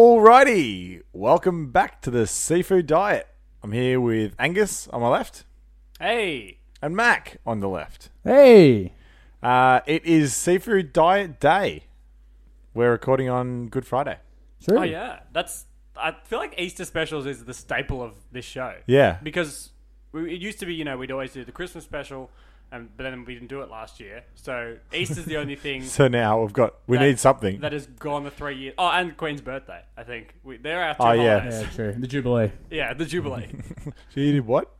Alrighty, welcome back to the seafood diet. I'm here with Angus on my left Hey, and Mac on the left. Hey, Uh, it is seafood diet day. We're recording on Good Friday. true. oh yeah, that's. I feel like Easter specials is the staple of this show. Yeah. because we, it used to be, you know, we'd always do the Christmas special, and but then we didn't do it last year. So Easter's the only thing So now we've got we that- need something. that has gone the three years. Oh, and Queen's birthday. I think we, they're our two Oh, yeah. holidays. Yeah, true. The Jubilee. Yeah. the Jubilee. so you did what?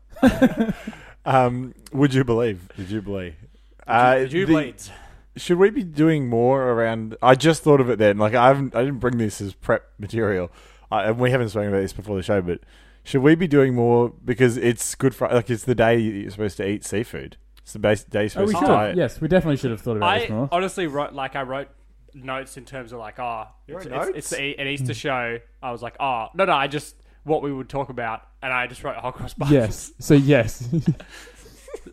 um, would you believe the Jubilee? Uh, the Jubilees. the- should we be doing more around? I just thought of it then. Like I haven't, I didn't bring this as prep material, I, and we haven't spoken about this before the show. But should we be doing more because it's good for like it's the day you're supposed to eat seafood. It's the base day you're Oh, supposed we to should. diet. have. Yes, we definitely should have thought about this I more. honestly wrote like I wrote notes in terms of like, oh, it's, wrote it's, notes? it's a- an Hmm. Easter show. I was like, oh, no, no, I just what we would talk about, and I just wrote hot cross buns. Yes. So yes.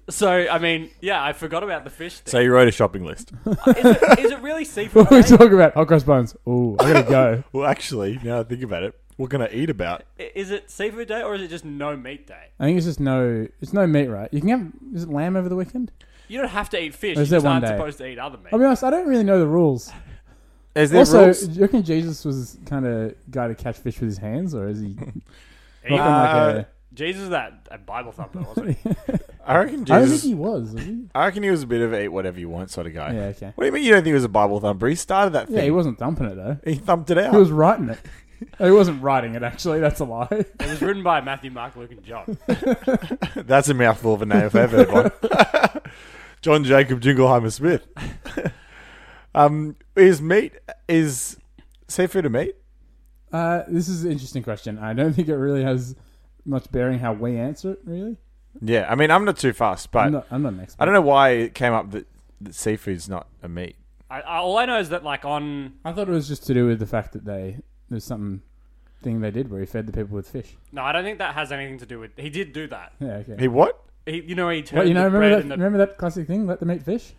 So I mean, yeah, I forgot about the fish So thing. you wrote a shopping list. is, it, is it really seafood? we mate? talk about hot cross buns. Ooh, I gotta go. well, actually, now I think about it, what can I eat about? I- Is it seafood day or is it just no meat day? I think it's just no. It's no meat, right? You can have. Is it lamb over the weekend? You don't have to eat fish. Or You is just it one aren't day? supposed to eat other meat. I'll be honest. I don't really know the rules. Is also, do you reckon Jesus was kind of guy to catch fish with his hands, or is he? He- Nothing Uh, like Jesus, was that a Bible thumper wasn't a, it? I reckon I don't think Jesus. he was. was he? I reckon he was a bit of a eat whatever you want sort of guy. Yeah. Okay. What do you mean you don't think he was a Bible thumper? He started that thing. Yeah, he wasn't dumping it though. He thumped it out. He was writing it. He wasn't writing it actually. That's a lie. It was written by Matthew, Mark, Luke, and John. That's a mouthful of a name if I ever heard one. John Jacob Jingleheimer Smith. um, is meat is seafood a meat? Uh, this is an interesting question. I don't think it really has much bearing how we answer it. Really, Yeah, I mean I'm not too fast, but I'm not. I'm not an expert. I don't know why it came up that, that seafood's not a meat. I, I, all I know is that like on I thought it was just to do with the fact that they there's something thing they did where he fed the people with fish. no, I don't think that has anything to do with. He did do that. Yeah, okay. He what? He, you know, he turned Well, you know, the bread remember that? and the. Remember that classic thing? Let them eat fish.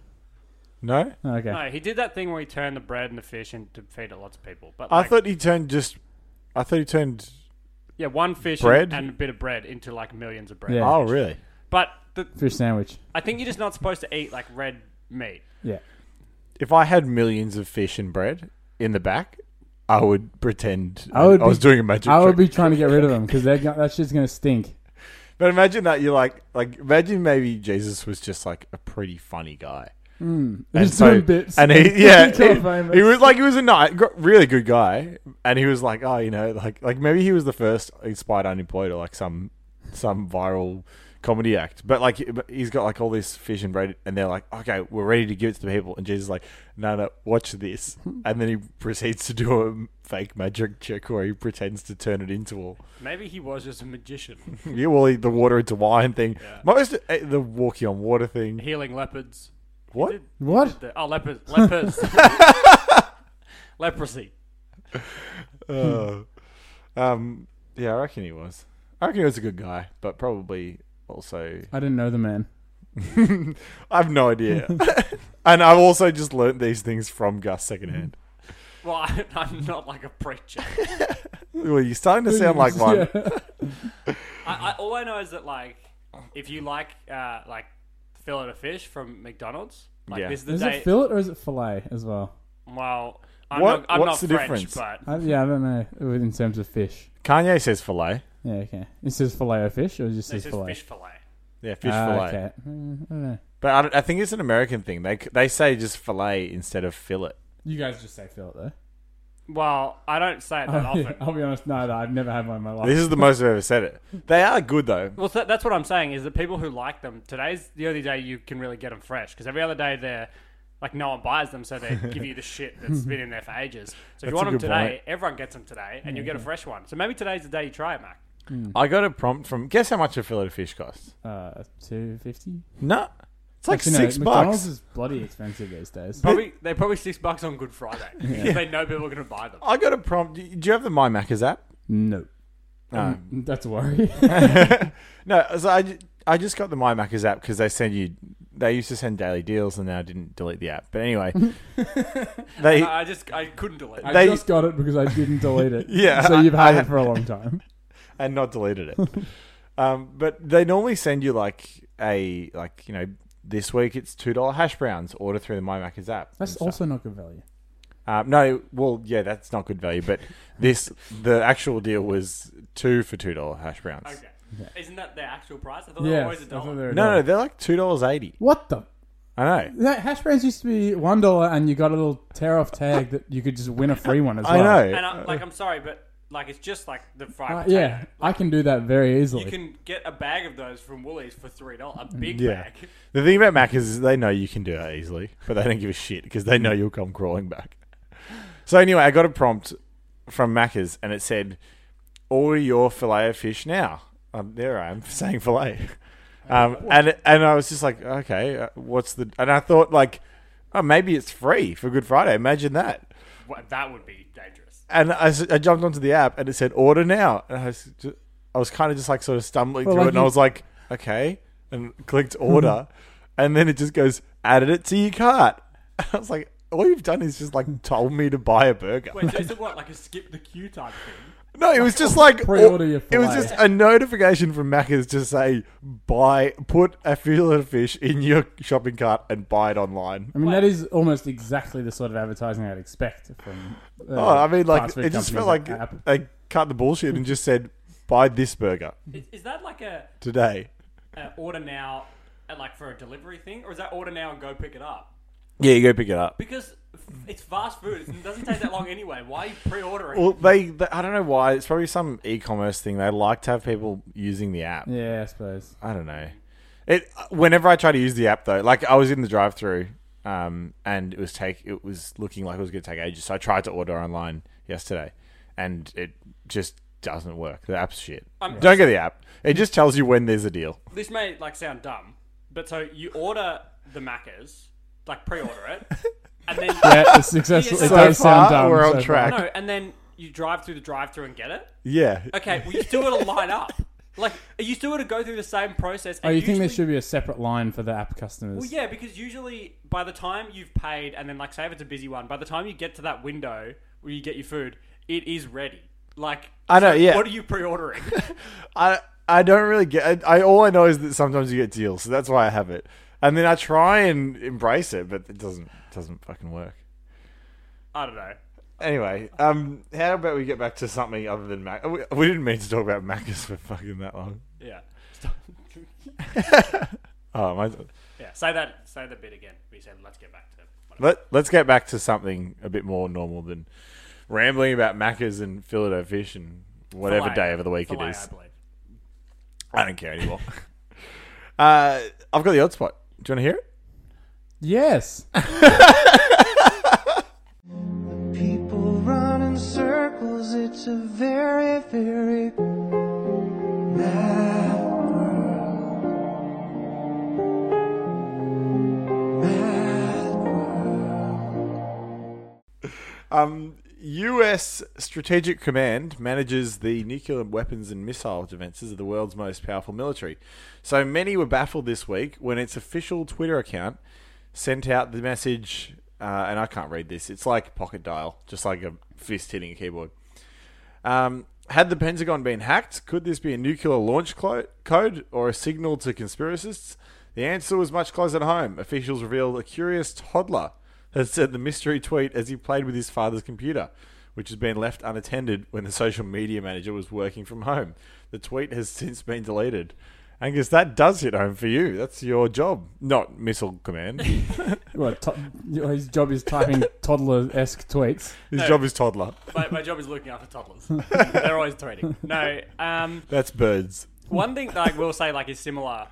No, Oh, okay. No, he did that thing where he turned the bread and the fish and to feed it lots of people. But I like, thought he turned just. I thought he turned. yeah, one fish Bread? And, and a bit of bread into like millions of bread. Yeah. Oh really? But the, Fish sandwich. I think you're just not supposed to eat like red meat. Yeah. If I had millions of fish and bread in the back, I would pretend I, I would I was be- doing a magic I trick. would be trying to get rid of them because they're go- that shit's gonna stink. But imagine that you're like like imagine maybe Jesus was just like a pretty funny guy. He's so- doing bits. And he yeah He's all he, famous. he was like he was a nice, gr- really good guy, and he was like oh you know like like maybe he was the first inspired unemployed or like some some viral comedy act, but like he- but he's got like all this fish and bread, and they're like okay we're ready to give it to the people, and Jesus is like no no watch this, and then he proceeds to do a fake magic trick where he pretends to turn it into all Maybe he was just a magician, yeah, well, the water into wine thing. Yeah. Most uh, the walking on water thing. healing leopards. He What? did- he What? did the- oh, leopards, lepers, leprosy. Uh, um, yeah, I reckon he was. I reckon he was a good guy, but probably also. I didn't know the man. I have no idea, and I've also just learnt these things from Gus secondhand. Well, I, I'm not like a preacher. Well, you're starting to sound like one. Yeah. I, I, all I know is that like, if you like uh, like fillet of fish from McDonald's, like Yeah. this is the Is day. it fillet or is it fillet as well? well, I'm What- not, I'm what's not the French, difference? but I, yeah, I don't know in terms of fish. Kanye says fillet. Yeah, okay. It says filet of fish or it just this says is filet? fish fillet. Yeah, fish Ah, fillet. Okay. Mm, I don't know. But I, don't- I think it's an American thing. They c- they say just fillet instead of fillet. You guys just say fillet though. Well, I don't say it that I'll, Oh, often. be, I'll be honest, no, no, I've never had one in my life. This is the most I've ever said it. They are good though. Well, so that's what I'm saying is that people who like them today's the only day you can really get them fresh because every other day they're like no one buys them, so they give you the shit that's been in there for ages. So That's if a you want them good today, point. everyone gets them today, and you get a fresh one. So maybe today's the day you try it, Mac. Hmm. I got a prompt from. Guess how much a fillet of fish costs? uh, two fifty. No, it's like six McDonald's bucks. is bloody expensive these days. Probably they're probably six bucks on Good Friday because they know people are going to buy them. I got a prompt. Do you have the My Macca's app? Um, No, Mm. No. Um, that's a worry. no, so I, ju- I just got the My Macca's app because they send you they used to send daily deals and now I didn't delete the app. But anyway, they I I just I couldn't delete. I it. They- just got it because I didn't delete it. Yeah, So you've had I- it for a long time. and not deleted it. um, but they normally send you like a like you know this week it's two dollar hash browns. Order through the My Macca's app. and That's stuff. also not good value. um, no. Well, yeah, that's not good value. But this the actual deal was two for two dollar hash browns. Okay. Yeah. Isn't that the actual price? I thought that was Yeah. always a dollar. No, no, they're like two dollars eighty. What the? I know. That hash browns used to be one dollar, and you got a little tear off tag that you could just win a free one as I well. know. And I'm like, I'm sorry, but like it's just like the fried Uh, potato. yeah, I can do that very easily. You can get a bag of those from Woolies for three dollars. A big Yeah. bag. The thing about Mac is they know you can do that easily, but they don't give a shit because they know you'll come crawling back. So anyway, I got a prompt from Macca's and it said, "Order your fillet of fish now." Um, there I am saying fillet, um, and and I was just like, "Okay, uh, what's the?" And I thought like, "Oh, maybe it's free for Good Friday." Imagine that. Well, that would be dangerous. And I, s- I jumped onto the app and it said, "Order now," and I was ju- I was kind of just like sort of stumbling Well, through like it, and you- I was like, "Okay," and clicked order, and then it just goes, "Added it to your cart." And I was like, "All you've done is just like told me to buy a burger." Wait, so is it what like a skip the queue type thing? No, it was just like Pre-order your It was fillet. just a notification from Macca's to say buy, put a fillet of fish in your shopping cart and buy it online. I mean, that is almost exactly the sort of advertising I'd expect from. Uh, Oh, I mean, like fast food it just felt like companies app. they cut the bullshit and just said buy this burger Is, is that like a, today. a order now, uh, like for a delivery thing, or is that order now and go pick it up? Yeah, you go pick it up. Because f- it's fast food. It doesn't take that long anyway. Why are you pre-ordering? Well, they, they I don't know why. It's probably some e-commerce thing. They like to have people using the app. Yeah, I suppose. I don't know. It whenever I try to use the app though, like I was in the drive-through, um, and it was take it was looking like it was going to take ages. So I tried to order online yesterday, and it just doesn't work. The app's shit. I'm- Don't get the app. It just tells you when there's a deal. this may like sound dumb, but so you order the Maccas, like pre-order it, and then Yeah, it's successful. So it does far, sound dumb. we're on so far. track. no, and then you drive through the drive-through and get it. Yeah. Okay, well you still got to line up. Like you still got to go through the same process. Oh, And you think there usually- should be a separate line for the app customers? Well, yeah, because usually by the time you've paid, and then like say if it's a busy one, by the time you get to that window where you get your food, it is ready. Like I know, so yeah. What are you pre-ordering? I I don't really get. I, I all I know is that sometimes you get deals, so that's why I have it. And then I try and embrace it, but it doesn't doesn't fucking work. I don't know. Anyway, um, how about we get back to something other than Mac? We, we didn't mean to talk about Macca's for fucking that long. Yeah. Oh, my, yeah. Say that. Say that bit again. We said let's get back to. whatever. let let's get back to something a bit more normal than rambling about Macca's and Fillet of fish and whatever Filet. day of the week Filet, it is. I believe. I, don't care anymore. uh, I've got the odd spot. Do you want to hear it? Yes. People run in circles, it's a very, very mad world. Mad world. Um, U.S. Strategic Command manages the nuclear weapons and missile defenses of the world's most powerful military. So many were baffled this week when its official Twitter account sent out the message, uh, and I can't read this. It's like pocket dial, just like a fist hitting a keyboard. Um, had the Pentagon been hacked, could this be a nuclear launch clo- code or a signal to conspiracists? The answer was much closer to home. Officials revealed a curious toddler had sent the mystery tweet as he played with his father's computer, which has been left unattended when the social media manager was working from home. The tweet has since been deleted. Angus, that does hit home for you. That's your job, not missile command. His well, to- his job is typing toddler-esque tweets. job is toddler. My, my job is looking after toddlers. They're always tweeting. No, um, That's birds. one thing that I will say like is similar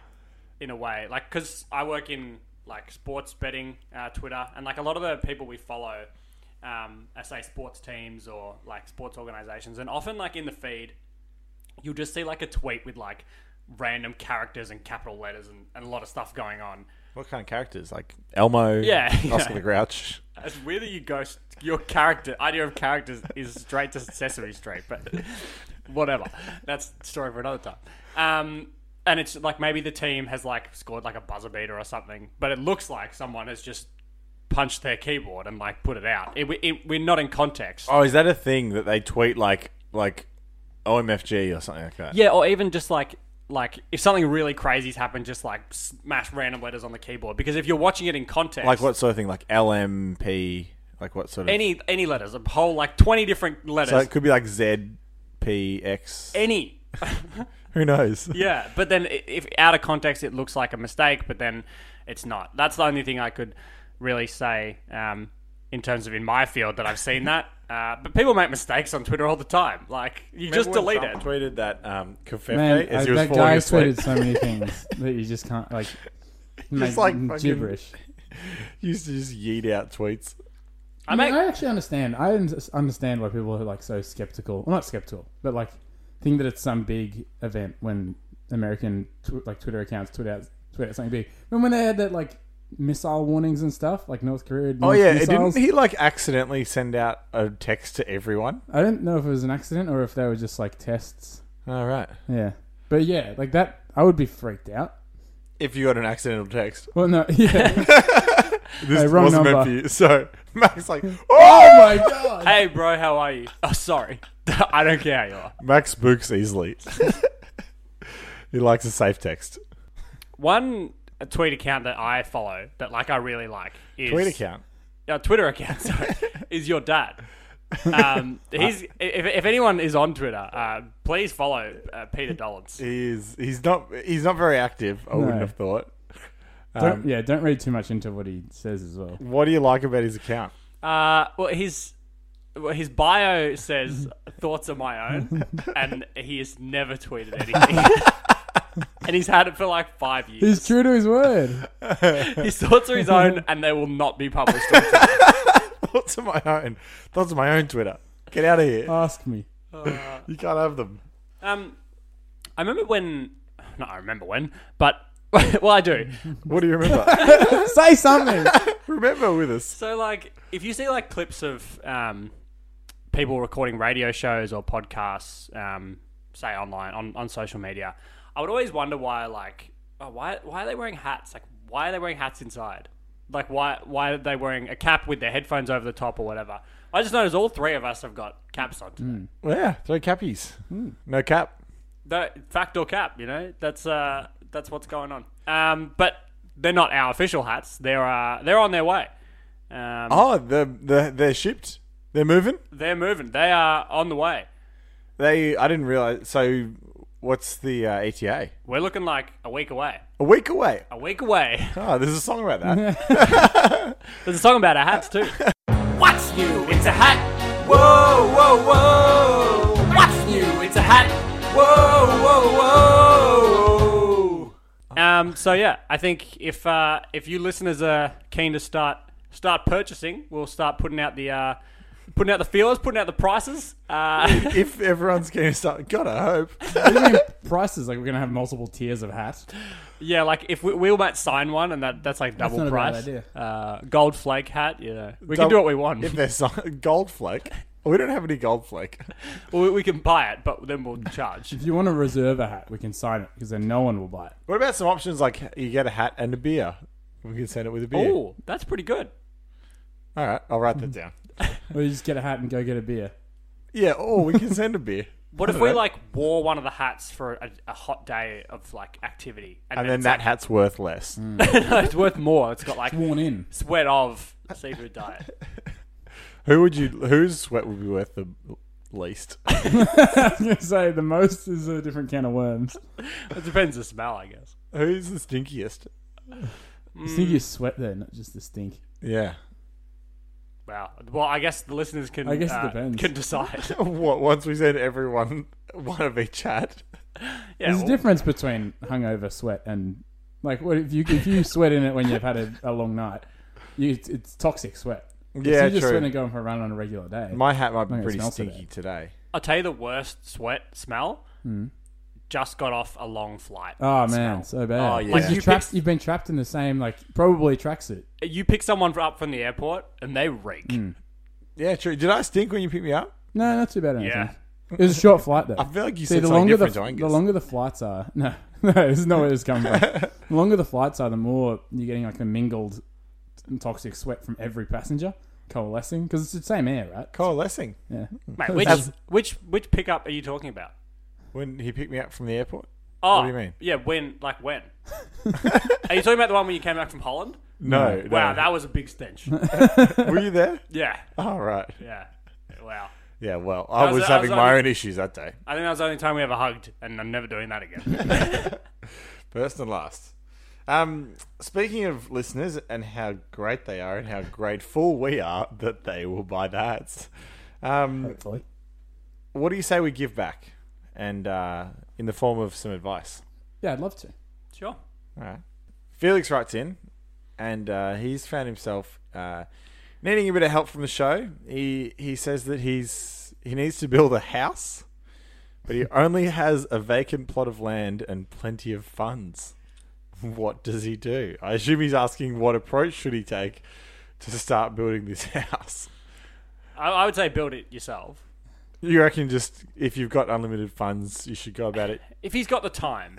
in a way, like because I work in like sports betting, uh, Twitter, and like a lot of the people we follow, um, I say sports teams or like sports organizations, and often like in the feed, you'll just see like a tweet with like random characters and capital letters and, and a lot of stuff going on. What kind of characters? Like Elmo, Yeah, Oscar yeah. the Grouch. It's weird that you go s- your character idea of characters is straight to Sesame Street, but whatever. That's a story for another time. Um, and it's like maybe the team has like scored like a buzzer beater or something, but it looks like someone has just punched their keyboard and like put it out. It, it, we're not in context. Oh, is that a thing that they tweet like like OMFG or something like that? Yeah, or even just like like if something really crazy's happened, just like smash random letters on the keyboard. Because if you're watching it in context, Like what sort of thing? Like LMP? Like what sort of? any any letters, a whole like twenty different letters, so it could be like ZPX. any. Who knows? yeah, but then i- if out of context, it looks like a mistake, but then it's not. That's the only thing I could really say um, in terms of in my field that I've seen that. Uh, but people make mistakes on Twitter all the time. Like you just delete it. Tweeted that um, Kofefe Man, as I- he was that falling guy asleep. tweeted so many things that you just can't like. Just like fucking- gibberish. He used to just yeet out tweets. I I, mean, make I actually understand. I un- understand why people are like so skeptical. Well, not skeptical, but like think that it's some big event when American tw- like Twitter accounts tweet out tweet out something big. Remember when they had that like missile warnings and stuff, like North Korea. had Oh launched yeah, it missiles? didn't he like accidentally send out a text to everyone? I don't know if it was an accident or if they were just like tests. All right. Yeah, but yeah, like that, I would be freaked out. If you got an accidental text, Well, no, yeah. this Hey, wrong wasn't meant number. for you. So Max like, oh oh, my god. hey bro, how are you? Oh, sorry, I don't care how you are. Max spooks easily. he likes a safe text. One tweet account that I follow that like I really like is Tweet account. uh, Twitter account sorry, is your dad. Um, he's if, if anyone is on Twitter, uh, please follow uh, Peter Dollins. He's he's not he's not very active. I wouldn't have thought. Don't, yeah, don't read too much into what he says as well. What do you like about his account? Uh, well, his well, his bio says thoughts are my own, and he has never tweeted anything. and he's had it for like five years. He's true to his word. His thoughts are his own, and they will not be published. on Twitter. Thoughts of my own. Thoughts of my own Twitter. Get out of here. Ask me. you can't have them. um, I remember when, not I remember when, but well, I do. What do you remember? Say something. remember with us. So, like, if you see like clips of um, people recording radio shows or podcasts, um, say online on, on social media, I would always wonder why, like, oh, why why are they wearing hats? Like, why are they wearing hats inside? Like, why why are they wearing a cap with their headphones over the top or whatever? I just noticed all three of us have got caps on today. Yeah, throw cappies. Hmm. No cap. That fact or cap, you know, that's uh, that's what's going on. Um, but they're not our official hats. They're uh, they're on their way. Um, Oh, the the they're shipped. They're moving. They're moving. They are on the way. They. I didn't realize. So, what's the uh, ETA? We're looking like a week away. A week away. A week away. Oh, there's a song about that. There's a song about our hats too. What's new? It's a hat. Whoa, whoa, whoa. What's new? It's a hat. Whoa, whoa, whoa. Um. So yeah, I think if uh, if you listeners are keen to start start purchasing, we'll start putting out the uh, putting out the feelers, putting out the prices. Uh, if everyone's going to start, gotta hope. What do you mean prices? Like we're gonna have multiple tiers of hats. yeah, like if we, we might sign one, and that that's like double not a bad price. idea. Uh, gold flake hat. You know, we Dub- can do what we want. Um, If there's some, gold flake. We don't have any gold flake. Well, we can buy it, but then we'll charge. If you want to reserve a hat, we can sign it because then no one will buy it. What about some options like you get a hat and a beer? We can send it with a beer. Oh, that's pretty good. All right, I'll Hmm. write that down. Or you just get a hat and go get a beer. Yeah. Oh, we can send a beer. What if we like wore one of the hats for a, a hot day of like activity, And then that hat's worth less. it's, like- it's worth more. It's got like Worn in. sweat of seafood diet. Who would you? Whose sweat would be worth the least? I'm gonna say the most is a different can of worms. It depends the smell, I guess. Who's the stinkiest? I think you sweat there, not just the stink. Yeah. Wow. Well, I guess the listeners can I guess it uh, depends. can decide. What? Once we send everyone one of each hat. Yeah. There's well, a difference between hungover sweat and like what if you if you sweat in it when you've had a, a long night, you, it's, it's toxic sweat. Yeah, so you just true. sweating going for a run on a regular day. My hat might be Okay, it pretty smells so stinky today. I'll tell you the worst sweat smell. Just got off a long flight. oh man, so bad. Oh, yeah. 'Cause You you're trapped, picked- you've been trapped in the same like probably tracksuit. You pick someone up from the airport and they reek. Yeah, true. Did I stink when you picked me up? No, not too bad. I don't Yeah. think. It was a short flight though. I feel like you See, said the something longer the, different to Angus. the longer the flights are, no, no, this is not where this comes from. the longer the flights are, the more you're getting like the mingled and toxic sweat from every passenger coalescing because it's the same air, right? Coalescing. Yeah. Hmm. Mate, which That's- which which pickup are you talking about? When he picked me up from the airport? Oh, do you mean? Yeah, when? Like when? are you talking about the one when you came back from Holland? No. no. Wow, that was a big stench. Were you there? yeah, Oh, right. yeah. Wow. Yeah, well, I was- was, I having was my on- own issues that day. I think that was the only time we ever hugged, and I'm never doing that again. First and last. Um, speaking of listeners and how great they are and how grateful we are that they will buy the hats, um, Hopefully. what do you say we give back? And uh, in the form of some advice. Yeah, I'd love to. sure. All right. Felix writes in, and uh, he's found himself uh, needing a bit of help from the show. He he says that he's he needs to build a house, but he only has a vacant plot of land and plenty of funds. What does he do? I assume he's asking what approach should he take to start building this house. I, I would say build it yourself. You reckon just if you've got unlimited funds, you should go about it. If he's got the time,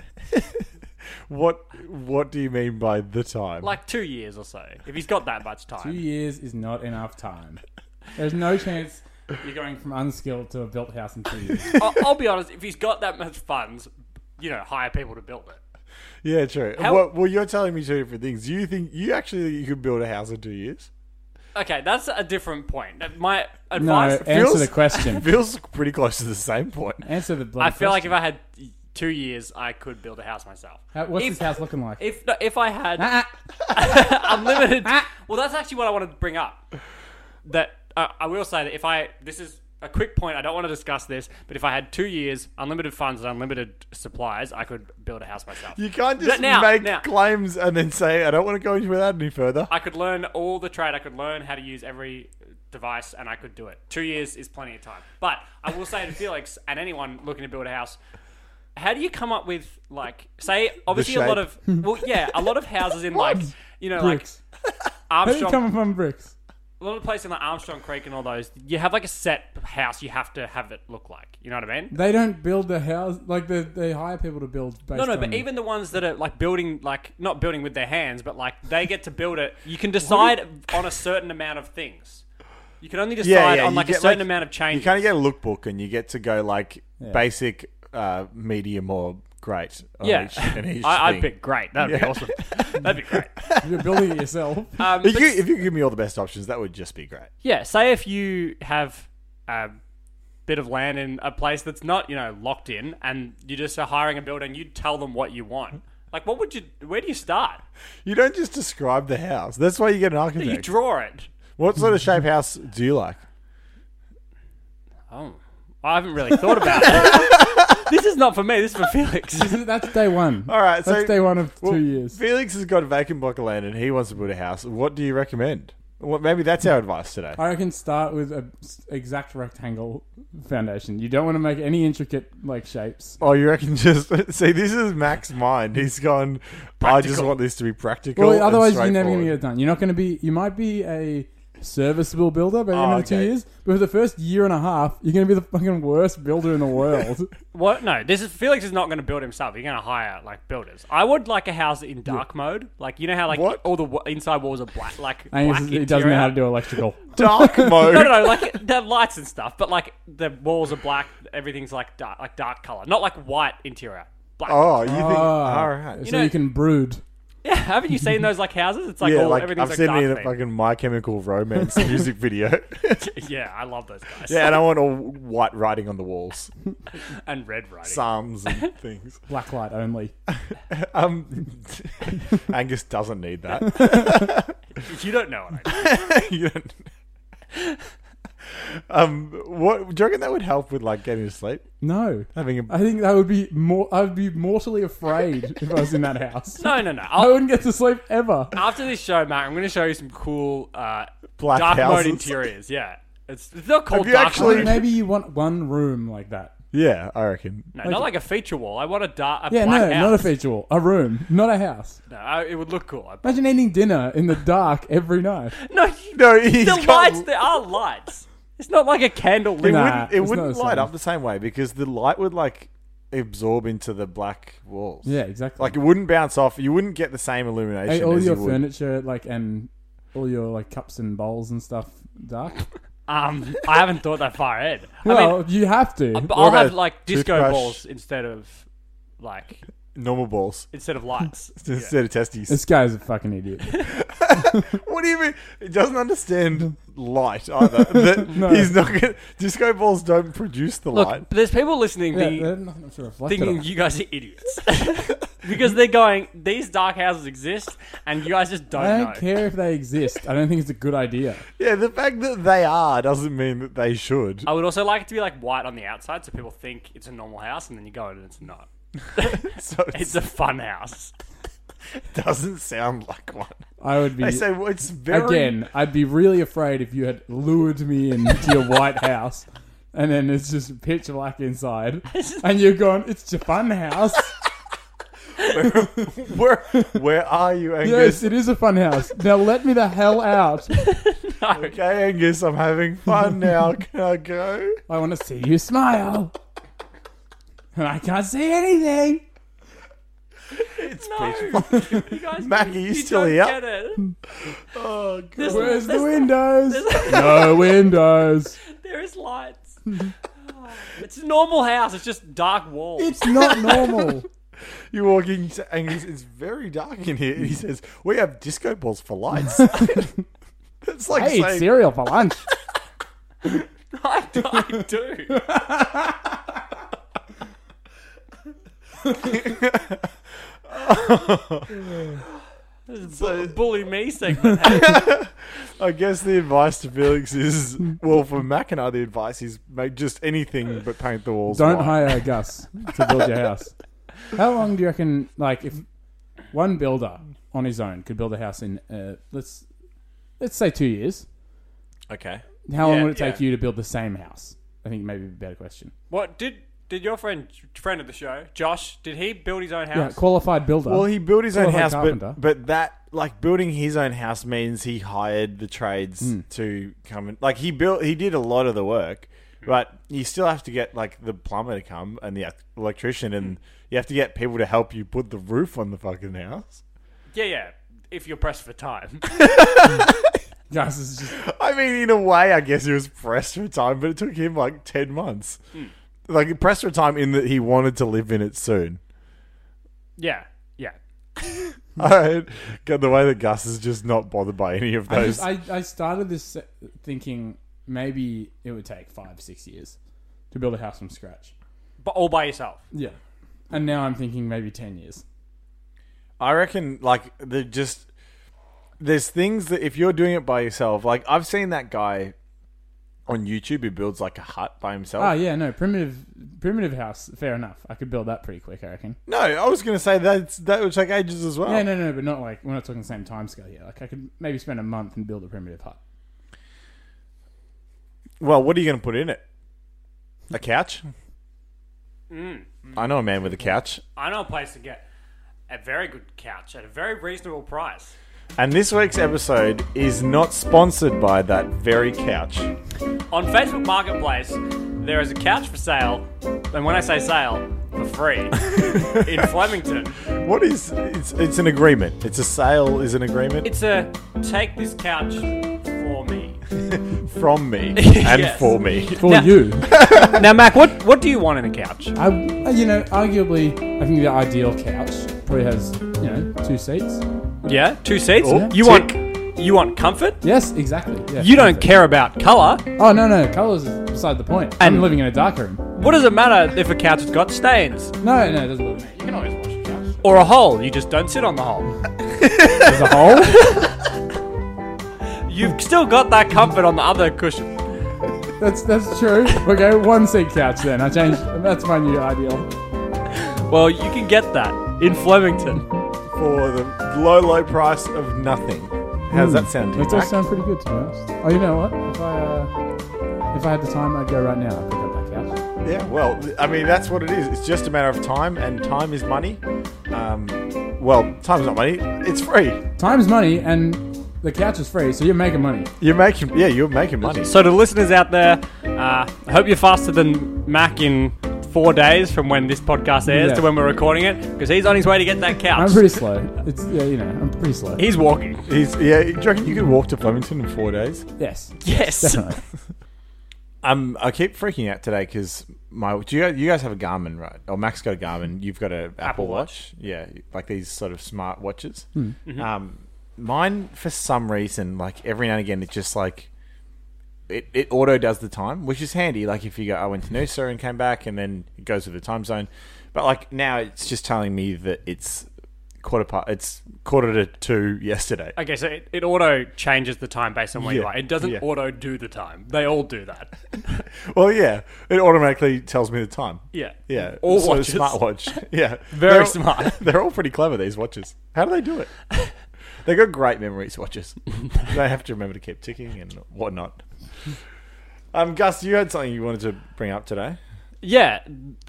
What what do you mean by the time? like two years or so. If he's got that much Two time, years is not enough time. There's no chance you're going from unskilled to a built house in two years. I'll, I'll be honest. If he's got that much funds, you know, hire people to build it. Yeah, true. How- well, well, you're telling me two different things. Do you think you actually think you could build a house in two years? Okay, that's a different point. That- My No, advice. answer the feels- question. Feels pretty close to the same point. Answer the bloody I feel like if question. I had two years, I could build a house myself. How- What's if, this house looking like? If no, if I had Ah, unlimited, well, that's actually what I wanted to bring up. That uh, I will say that if I this is a quick point, I don't want to discuss this, but if I had two years, unlimited funds, and unlimited supplies, I could build a house myself. You can't just Now- make now- claims and then say I don't want to go into that any further. I could learn all the trade. I could learn how to use every device, and I could do it. Two years is plenty of time. But I will say to Felix and anyone looking to build a house, how do you come up with like, say, obviously a lot of, shape. well, yeah, a lot of houses in like, you know, bricks. like Where are you Armstrong, coming from, bricks? a lot of places in like Armstrong Creek and all those, you have like a set house. You have to have it look like. You know what I mean? They don't build the house like they, they hire people to build. Based No, no, on- but even the ones that are like building, like not building with their hands, but like they get to build it. You can decide on a certain amount of things. You can only decide on you like a get, certain amount of changes. You kind of get a lookbook, and you get to go like Yeah. basic, uh, medium, or great. On yeah, each, on each I, I'd thing. pick great. That'd be Yeah. awesome. That'd be great. you're building it yourself. Um, If but you, if you give me all the best options, that would just be great. Yeah, say if you have a bit of land in a place that's not, you know, locked in and you just are hiring a builder and you tell them what you want. Like what would you where do you start? You don't just describe the house. That's why you get an You architect. draw it. what sort of shape house do you like? Oh. I haven't really thought about it. this is not for me, this is for Felix. That's day one. All right, That's so day one of Well, two years. Felix has got a vacant block of land and he wants to build a house. What do you recommend? Well, maybe that's our advice today. I reckon start with a s- exact rectangle foundation. You don't want to make any intricate like shapes. Oh, you reckon just see? This is Mac's mind. He's gone. I just Practical. want this to be practical. Well, otherwise and you're never going straightforward." to get it done. You're not going to be. You might be a serviceable builder by the end Oh, of the two okay. years, but for the first year and a half, you're going to be the fucking worst builder in the world. What no, this is Felix is not gonna build himself. You're gonna hire like builders. I would like a house in dark mode. Like you know how like What? all the w- inside walls are black like and black he's- he doesn't know interior. how to do electrical. dark mode. No, no, no. Like the lights and stuff, but like the walls are black. Everything's like dark, like dark color, not like white interior. Black. Oh, you think? Oh, All right. So know- you can brood. Yeah, haven't you seen those like houses? It's like yeah, all like everything's I've like seen dark. it in a theme. fucking My Chemical Romance music video. Yeah, I love those guys. yeah, and I want all white writing on the walls, and red writing. psalms and things. Black light only. Um, Angus doesn't need that. You don't know what I do. You don't- um, what do you reckon that would help with like getting to sleep? No. Having I a think that would be more. I would be mortally afraid if I was in that house. No, no, no. I I'll, wouldn't get to sleep ever. after this show, Matt, I'm going to show you some cool uh, black dark houses. mode interiors. Yeah, it's, it's not called you dark actually- mode. Maybe you want one room like that. Yeah, I reckon. No, not like a feature wall. I want a dark. A Yeah, black no, house. not a feature wall. A room, not a house. No, I, it would look cool. I bet. Imagine eating dinner in the dark every night. No, you- No, he's the got- lights. There are lights. It's not like a candle. It Nah, wouldn't, it it's not wouldn't the light same. up the same way because the light would like absorb into the black walls. Yeah, exactly. Like it wouldn't bounce off. You wouldn't get the same illumination. Hey, all as your you would. furniture, like, and all your like cups and bowls and stuff, dark. Um, I haven't thought that far ahead. I well, mean, you have to. but I'll about have like disco toothbrush? balls instead of like normal balls instead of lights. instead of testes. this guy's a fucking idiot. What do you mean? It doesn't understand light either. That He's not. Gonna, disco balls don't produce the Look, light. but there's people listening yeah, the- they're not not sure reflected thinking on. you guys are idiots because they're going. These dark houses exist, and you guys just don't, I know. don't care if they exist. I don't think it's a good idea. Yeah, the fact that they are doesn't mean that they should. I would also like it to be like white on the outside, so people think it's a normal house, and then you go in and it's not. So it It's a fun house. doesn't sound like one. I would be They say well, it's very again. I'd be really afraid if you had lured me into your White House, and then it's just pitch black inside, and you're going, "It's your fun house." Where, where are you, Angus? yes, it is a fun house. Now let me the hell out. Oh, Okay, Angus, I'm having fun now. Can I go? I want to see you smile. And I can't see anything. It's No, you guys, Maggie, you you still don't here? get it. Oh, God. There's- Where's the there's- windows? there's- No windows. There is lights. Oh, it's a normal house. It's just dark walls. It's not normal. You walk in, to Angus, it's very dark in here. And he says, We have disco balls for lights. it's like I eat saying, cereal for lunch. I, I do. This is bu- bully me segment. I guess the advice to Felix is well, for Mac and I, the advice is make just anything but paint the walls. Don't white. hire Gus to build your house. How long do you reckon, like, if one builder on his own could build a house in, uh, let's let's say two years, Okay. how long Yeah, would it take yeah. you to build the same house? I think maybe a better question. What did did your friend friend of the show Josh? Did he build his own Yeah, house? qualified builder. Well, he built his Sort own of like house, carpenter. but, but that, like, building his own house means he hired the trades Hmm. to come and, like, he built, he did a lot of the work, but you still have to get, like, the plumber to come and the electrician, and Hmm. you have to get people to help you put the roof on the fucking house. yeah, yeah. If you're pressed for time, Gus is just I mean, in a way, I guess he was pressed for time, but it took him like 10 months. Hmm. Like, pressed for time in that he wanted to live in it soon. yeah, yeah. Hmm. All right. God, The way that Gus is just not bothered by any of I, those. just, I, I started this thinking maybe it would take five, six years to build a house from scratch. But all by yourself. Yeah. And now I'm thinking maybe 10 years. I reckon, like, the just. There's things that if you're doing it by yourself, like, I've seen that guy on YouTube who builds like a hut by himself. Oh, yeah, no, primitive primitive house, fair enough. I could build that pretty quick, I reckon. No, I was going to say that's, that would take ages as well. Yeah, no, no, but not like, we're not talking the same time scale here. Like, I could maybe spend a month and build a primitive hut. Well, what are you going to put in it? A couch? Hmm. I know a man with a couch. I know a place to get a very good couch at a very reasonable price. And this week's episode is not sponsored by that very couch. On Facebook Marketplace, there is a couch for sale, and when I say sale, for free, in Flemington. What is it's it's an agreement. It's a sale is an agreement It's a take this couch for me. from me and Yes. for me. For Now- you. Now, Mac, what, what do you want in a couch? I, uh, you know, arguably, I think the ideal couch probably has, you know, two seats. Yeah, two seats. Oh, you tick. want you want comfort. Yes, exactly. Yeah, You don't perfect. care about color. Oh, no, no, colours is beside the point. And And- I'm living in a dark room. What does it matter if a couch has got stains No, no, it doesn't bother me. You can always wash your couch. or a hole? You just don't sit on the hole. There's a hole. You've still got that comfort on the other cushion. That's that's true. Okay, one seat couch then. I changed. That's my new ideal. Well, you can get that in Flemington. For the low, low price of nothing. How's that sound to you? Hmm. That does Mac? sound pretty good to be honest. Oh, you know what? If I uh, if I had the time, I'd go right now. and pick up that couch. Yeah, well, th- I mean, that's what it is. It's just a matter of time, and time is money. Um, well, time's not money, it's free. Time's money, and the couch is free, so you're making money. You're making, yeah, you're making money. So to listeners out there, uh, I hope you're faster than Mac in four days from when this podcast airs Yeah. to when we're recording it, because he's on his way to get that couch. I'm pretty slow. It's yeah, you know, I'm pretty slow. he's walking. He's, yeah, do you reckon you could walk to Flemington in four days? Yes, Yes. definitely. Um, I keep freaking out today because my do you guys, you guys have a Garmin right? Or Mac's got a Garmin. You've got a Apple, Watch. Yeah, like these sort of smart watches. Um, mine for some reason, like every now and again, it's just like it, it auto does the time, which is handy. Like if you go, I went to Noosa and came back, and then it goes with the time zone. But like now, it's just telling me that it's quarter past. It's quarter to two yesterday. Okay, so it, it auto changes the time based on where you Yeah, are. It doesn't yeah. auto do the time. They all do that. Well, yeah, it automatically tells me the time. Yeah. Yeah, All so watches. smartwatch. Yeah, Very They're- smart. They're all pretty clever. These watches. How do they do it? they got great memories. Watches. they have to remember to keep ticking and whatnot. Um, Gus, you had something you wanted to bring up today. Yeah,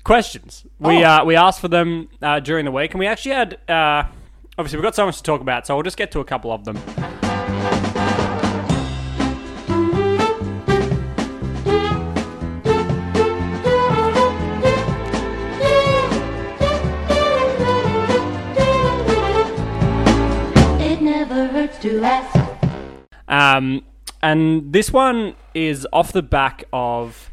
questions. We Oh. uh, we asked for them uh, during the week, and we actually had uh, obviously we've got so much to talk about, so I'll just get to a couple of them. It never hurts to ask. Um, and this one is off the back of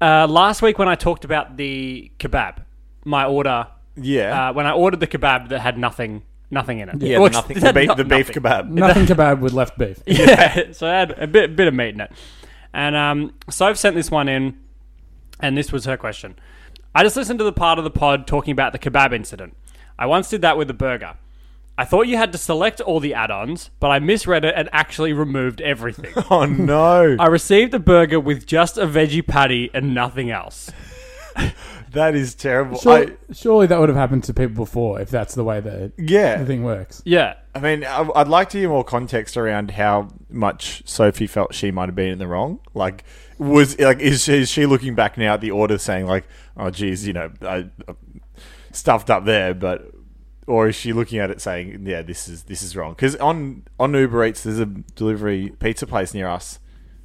uh, last week when I talked about the kebab, my order. Yeah, Uh, when I ordered the kebab that had nothing, nothing in it. yeah. Well, The, it's- nothing, it the, had beef, not- the beef nothing. kebab. Nothing kebab with left beef. yeah, so it had a bit bit of meat in it. And um, so I've sent this one in, and this was her question. I just listened to the part of the pod talking about the kebab incident. I once did that with a burger. I thought you had to select all the add-ons, but I misread it and actually removed everything. Oh no, I received a burger with just a veggie patty and nothing else. that is terrible. Sure, I, surely that would have happened to people before if that's the way the, yeah, the thing works. Yeah, I mean, I- I'd like to hear more context around how much Sophie felt she might have been in the wrong. Like, was like is she, is she looking back now at the order saying like, oh geez, you know, I, I stuffed up there, but or is she looking at it saying, yeah, this is this is wrong? Because on on Uber Eats, there's a delivery pizza place near us,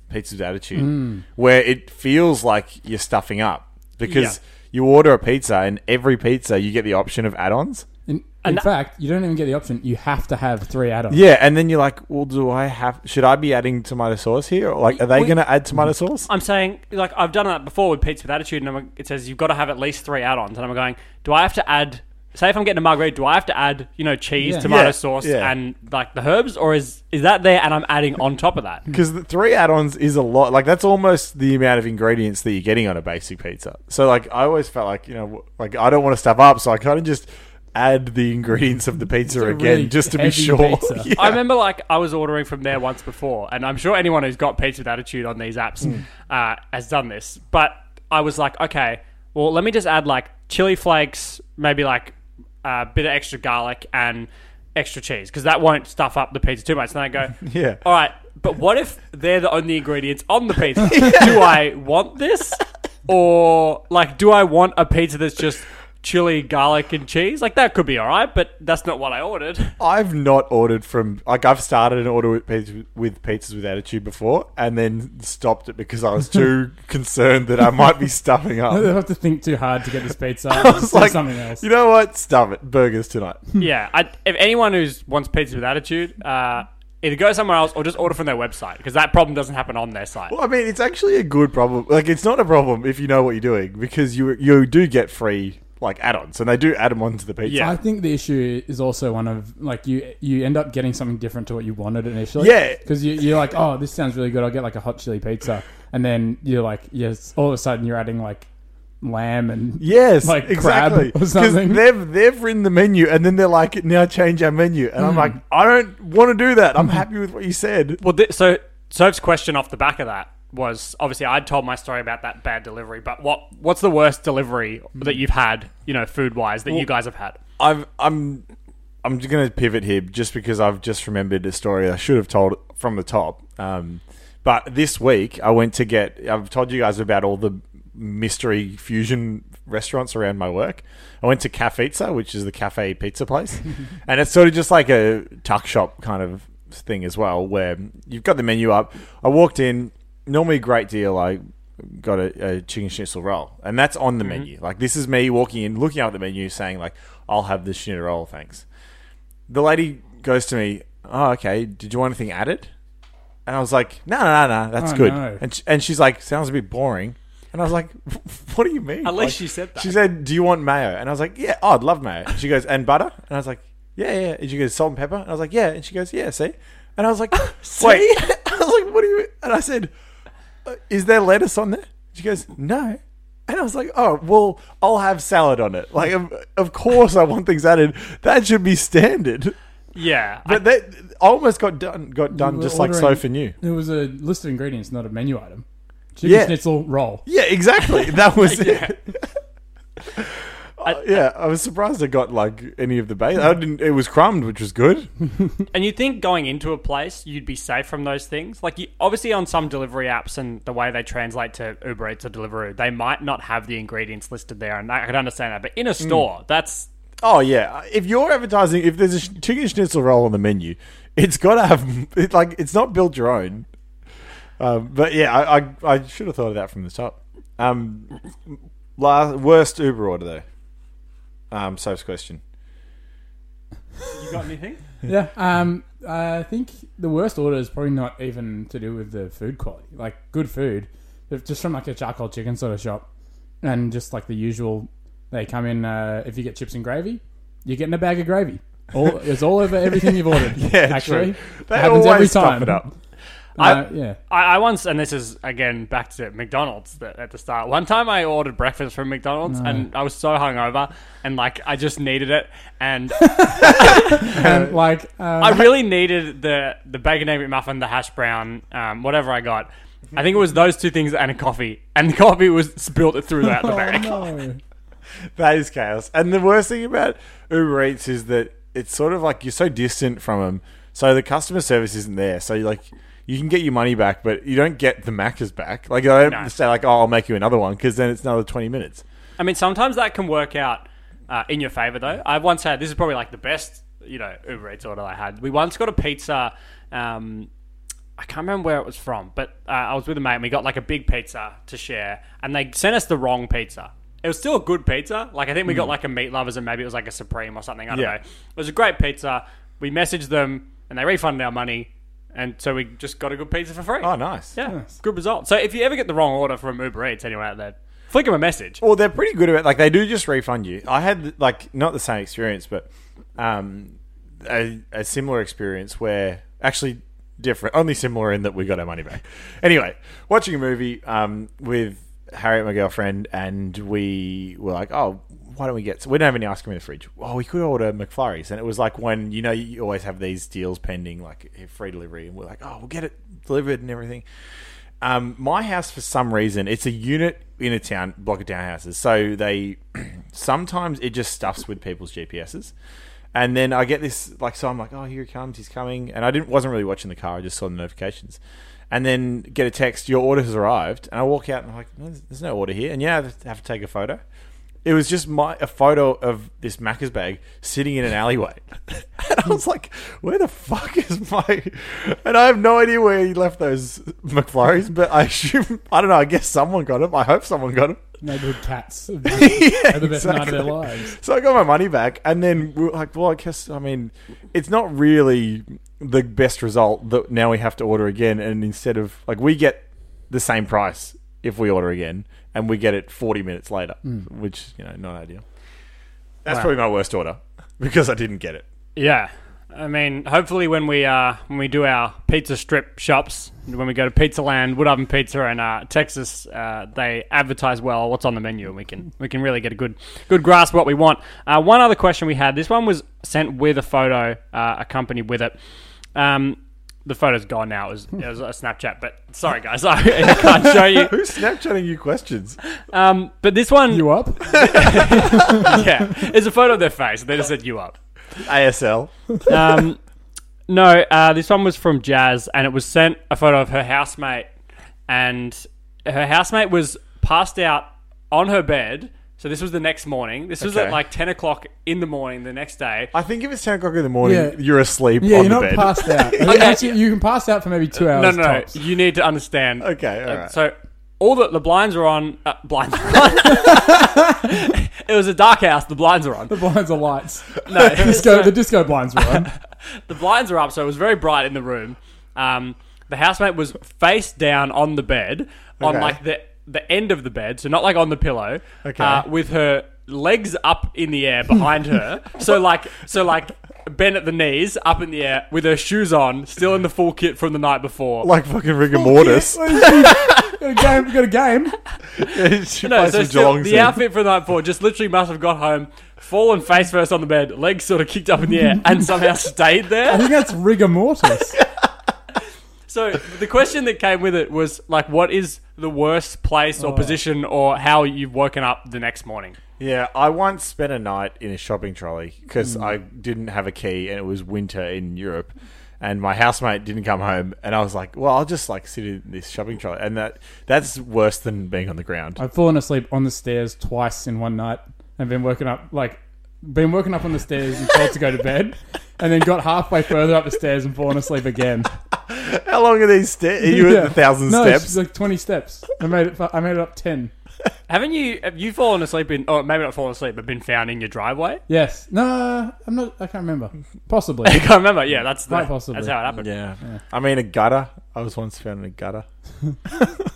Pizza's Attitude, where it feels like you're stuffing up because. Yeah. You order a pizza, and every pizza you get the option of add-ons. In, in that- fact, you don't even get the option. You have to have three add-ons. Yeah, and then you're like, well, do I have? Should I be adding tomato sauce here? Or like, are they We- going to add tomato sauce? I'm saying like I've done that before with pizza with attitude, and I'm, it says you've got to have at least three add-ons, and I'm going, do I have to add? Say if I'm getting a margarita, do I have to add you know cheese, Yeah. tomato Yeah, sauce, yeah. and like the herbs, or is is that there and I'm adding on top of that? Because the three add-ons is a lot. Like that's almost the amount of ingredients that you're getting on a basic pizza. So like, I always felt like you know, w- like I don't want to stuff up, so I kind of just add the ingredients of the pizza a again really just to be heavy sure. pizza. Yeah. I remember like I was ordering from there once before, and I'm sure anyone who's got pizza with attitude on these apps Hmm. uh, has done this. But I was like, okay, well, let me just add like chili flakes, maybe like a bit of extra garlic and extra cheese because that won't stuff up the pizza too much. And I go, Yeah. all right, but what if they're the only ingredients on the pizza? Do I want this, or like, do I want a pizza that's just chili, garlic, and cheese? Like that could be all right, but that's not what I ordered. I've not ordered from like I've started an order with pizzas, with pizzas with attitude before, and then stopped it because I was too concerned that I might be stuffing up. They have to think too hard to get this pizza. It's like, something else. You know what? Stuff it. Burgers tonight. Yeah, I, if anyone who wants pizza with attitude, uh, either go somewhere else or just order from their website because that problem doesn't happen on their site. Well, I mean, it's actually a good problem. Like, it's not a problem if you know what you're doing because you you do get free like add-ons, and they do add them onto the pizza. Yeah. I think the issue is also one of like you you end up getting something different to what you wanted initially. Yeah. because you, you're like, oh, this sounds really good. I'll get like a hot chili pizza, and then you're like, yes, all of a sudden you're adding like lamb and Yes, Like crab exactly. or something. they've they've written the menu, and then they're like, "Now change our menu," and I'm Hmm. like, "I don't want to do that. I'm happy with what you said." Well, th- so Soph's question off the back of that was obviously I'd told my story about that bad delivery, but what what's the worst delivery that you've had, you know, food wise that you guys have had? I've I'm I'm just gonna pivot here just because I've just remembered a story I should have told from the top. Um, but this week I went to get I've told you guys about all the mystery fusion restaurants around my work. I went to Cafezza, which is the cafe pizza place, and it's sort of just like a tuck shop kind of thing as well, where you've got the menu up. I walked in, normally a great deal. I got a, a chicken schnitzel roll, and that's on the menu. Like this is me walking in, looking up at the menu, saying like, "I'll have the schnitzel roll, thanks." The lady goes to me, "Oh, okay. Did you want anything added?" And I was like, "No, no, no, no. That's Oh, good." no. And sh- and she's like, "Sounds a bit boring." And I was like, "What do you mean?" At Like, least she said that. She said, "Do you want mayo?" And I was like, "Yeah, oh, I'd love mayo." She goes, "And butter?" And I was like, "Yeah, yeah." And she goes, "Salt and pepper?" And I was like, "Yeah." And she goes, "Yeah, see." And I was like, "Wait." I was like, "What do you?" And I said, "Uh, "Is there lettuce on there?" She goes, "No." And I was like, "Oh, well, I'll have salad on it. Like, of, of course, I want things added. That should be standard." Yeah, I- But that I almost got done. Got done were just like ordering- Sofa knew. It was a list of ingredients, not a menu item. Chicken Yeah. schnitzel roll. Yeah, exactly. That was Yeah. it. Uh, yeah, I was surprised I got like any of the base. I didn't. It was crumbed, which was good. and you think going into a place you'd be safe from those things? Like, you, obviously, on some delivery apps and the way they translate to Uber Eats or Deliveroo, they might not have the ingredients listed there, and I could understand that. But in a store, that's Oh yeah, if you're advertising, if there's a sh- chicken schnitzel roll on the menu, it's got to have it, like it's not build your own. Um, but yeah, I, I I should have thought of that from the top. Um, last worst Uber order though. Um, Soap's question. you got anything? Yeah. Um, I think the worst order is probably not even to do with the food quality. Like good food, if- just from like a charcoal chicken sort of shop, and just like the usual, they come in. Uh, if you get chips and gravy, you're getting a bag of gravy. All, it's all over everything you've ordered. Yeah, actually, true. It They happens always every stuff time. it up. Uh, I- yeah. I, I once, and this is again back to McDonald's that, at the start. One time I ordered breakfast from McDonald's, and I was so hungover, and like I just needed it, and And like, um, I really needed the the bacon egg muffin, the hash brown, um, whatever I got. I think it was those two things and a coffee, and the coffee was spilled through that the oh, back. no. That is chaos. And the worst thing about Uber Eats is that it's sort of like you're so distant from them, so the customer service isn't there. So you like you can get your money back, but you don't get the Macca's back. Like I don't No. say like, "Oh, I'll make you another one," because then it's another twenty minutes. I mean, sometimes that can work out uh, in your favor, though. I once had this is probably like the best, you know, Uber Eats order I had. We once got a pizza. Um, I can't remember where it was from, but uh, I was with a mate and we got like a big pizza to share, and they sent us the wrong pizza. It was still a good pizza. Like I think we got like a meat lovers and maybe it was like a supreme or something. I don't Mm. Yeah. know. It was a great pizza. We messaged them and they refunded our money, and so we just got a good pizza for free. Oh, nice. yeah, good result. So if you ever get the wrong order from Uber Eats, anyway, out there, flick them a message. Well, they're pretty good about like they do just refund you. I had like not the same experience, but um, a, a similar experience where actually different, only similar in that we got our money back. Anyway, watching a movie um, with Harriet, my girlfriend, and we were like, oh. Why don't we get? So we don't have any ice cream in the fridge. Well, we could order McFlurries, and it was like when you know you always have these deals pending, like free delivery, and we're like, oh, we'll get it delivered and everything. Um, my house, for some reason, it's a unit in a town block of townhouses. So they sometimes it just stuffs with people's GPSs, and then I get this like so I'm like, oh, here he comes, he's coming, and I didn't wasn't really watching the car, I just saw the notifications, and then get a text, your order has arrived, and I walk out and I'm like, no, there's- there's no order here, and yeah, I have to take a photo. It was just my a photo of this Macca's bag sitting in an alleyway, and I was like, "Where the fuck is my?" And I have no idea where he left those McFlurries, but I assume I don't know. I guess someone got them. I hope someone got them. neighborhood cats have Yeah, the best night of exactly. their lives. So I got my money back, and then we were like, well, I guess I mean, it's not really the best result that now we have to order again, and instead of like we get the same price if we order again, and we get it forty minutes later, Hmm. which you know not ideal. That's probably my worst order because I didn't get it. Yeah. I mean, hopefully when we uh, when we do our pizza strip shops, when we go to Pizza Land, Wood Oven Pizza, and uh, Texas, uh, they advertise well what's on the menu, and we can we can really get a good good grasp of what we want. Uh, one other question we had: this one was sent with a photo uh, accompanied with it. Um, the photo's gone now. It was, it was a Snapchat, but sorry guys, I, I can't show you. Who's Snapchatting you questions? Um, but this one, You up? yeah, it's a photo of their face. They just said you up. ASL. um, no, uh, this one was from Jazz, and it was sent a photo of her housemate, and her housemate was passed out on her bed So this was the next morning. This was at Okay. like ten o'clock in the morning the next day. I think if it's 10 o'clock in the morning, Yeah. you're asleep Yeah, on the you're not bed. Oh, Uh, passed out. Actually, you can pass out for maybe two hours. No, no, no. tops. You need to understand. okay, all right. So all the the blinds were on. Uh, blinds. Were on. it was a dark house. The blinds were on. The blinds are lights. No, Disco, the disco blinds were on. the blinds were up, so it was very bright in the room. Um, the housemate was face down on the bed, on Okay. like the the end of the bed, so not like on the pillow. Okay. Uh, with her legs up in the air behind her, so like so like bent at the knees, up in the air, with her shoes on, still in the full kit from the night before. like fucking rigor mortis. got a game. Got a game. she No, plays so some still, Geelong the scene. outfit for the night before just literally must have got home, fallen face first on the bed, legs sort of kicked up in the air, and somehow stayed there. I think that's rigor mortis. So the question that came with it was like, what is the worst place Oh. or position or how you've woken up the next morning? Yeah, I once spent a night in a shopping trolley Hmm. because I didn't have a key and it was winter in Europe, and my housemate didn't come home, and I was like, "Well, I'll just like sit in this shopping trolley," and that that's worse than being on the ground. I've fallen asleep on the stairs twice in one night and been woken up like been woken up on the stairs and told to go to bed, and then got halfway further up the stairs and fallen asleep again. How long are these steps? Are you Yeah. at the thousand no, it's steps? like twenty steps. I made it. I made it up ten. Haven't you have you fallen asleep in, or maybe not fallen asleep, but been found in your driveway? Yes. No, I'm not. I can't remember. Possibly. I can't remember. Yeah, that's the, Quite possibly. that's how it happened. yeah. I mean a gutter. I was once found in a gutter.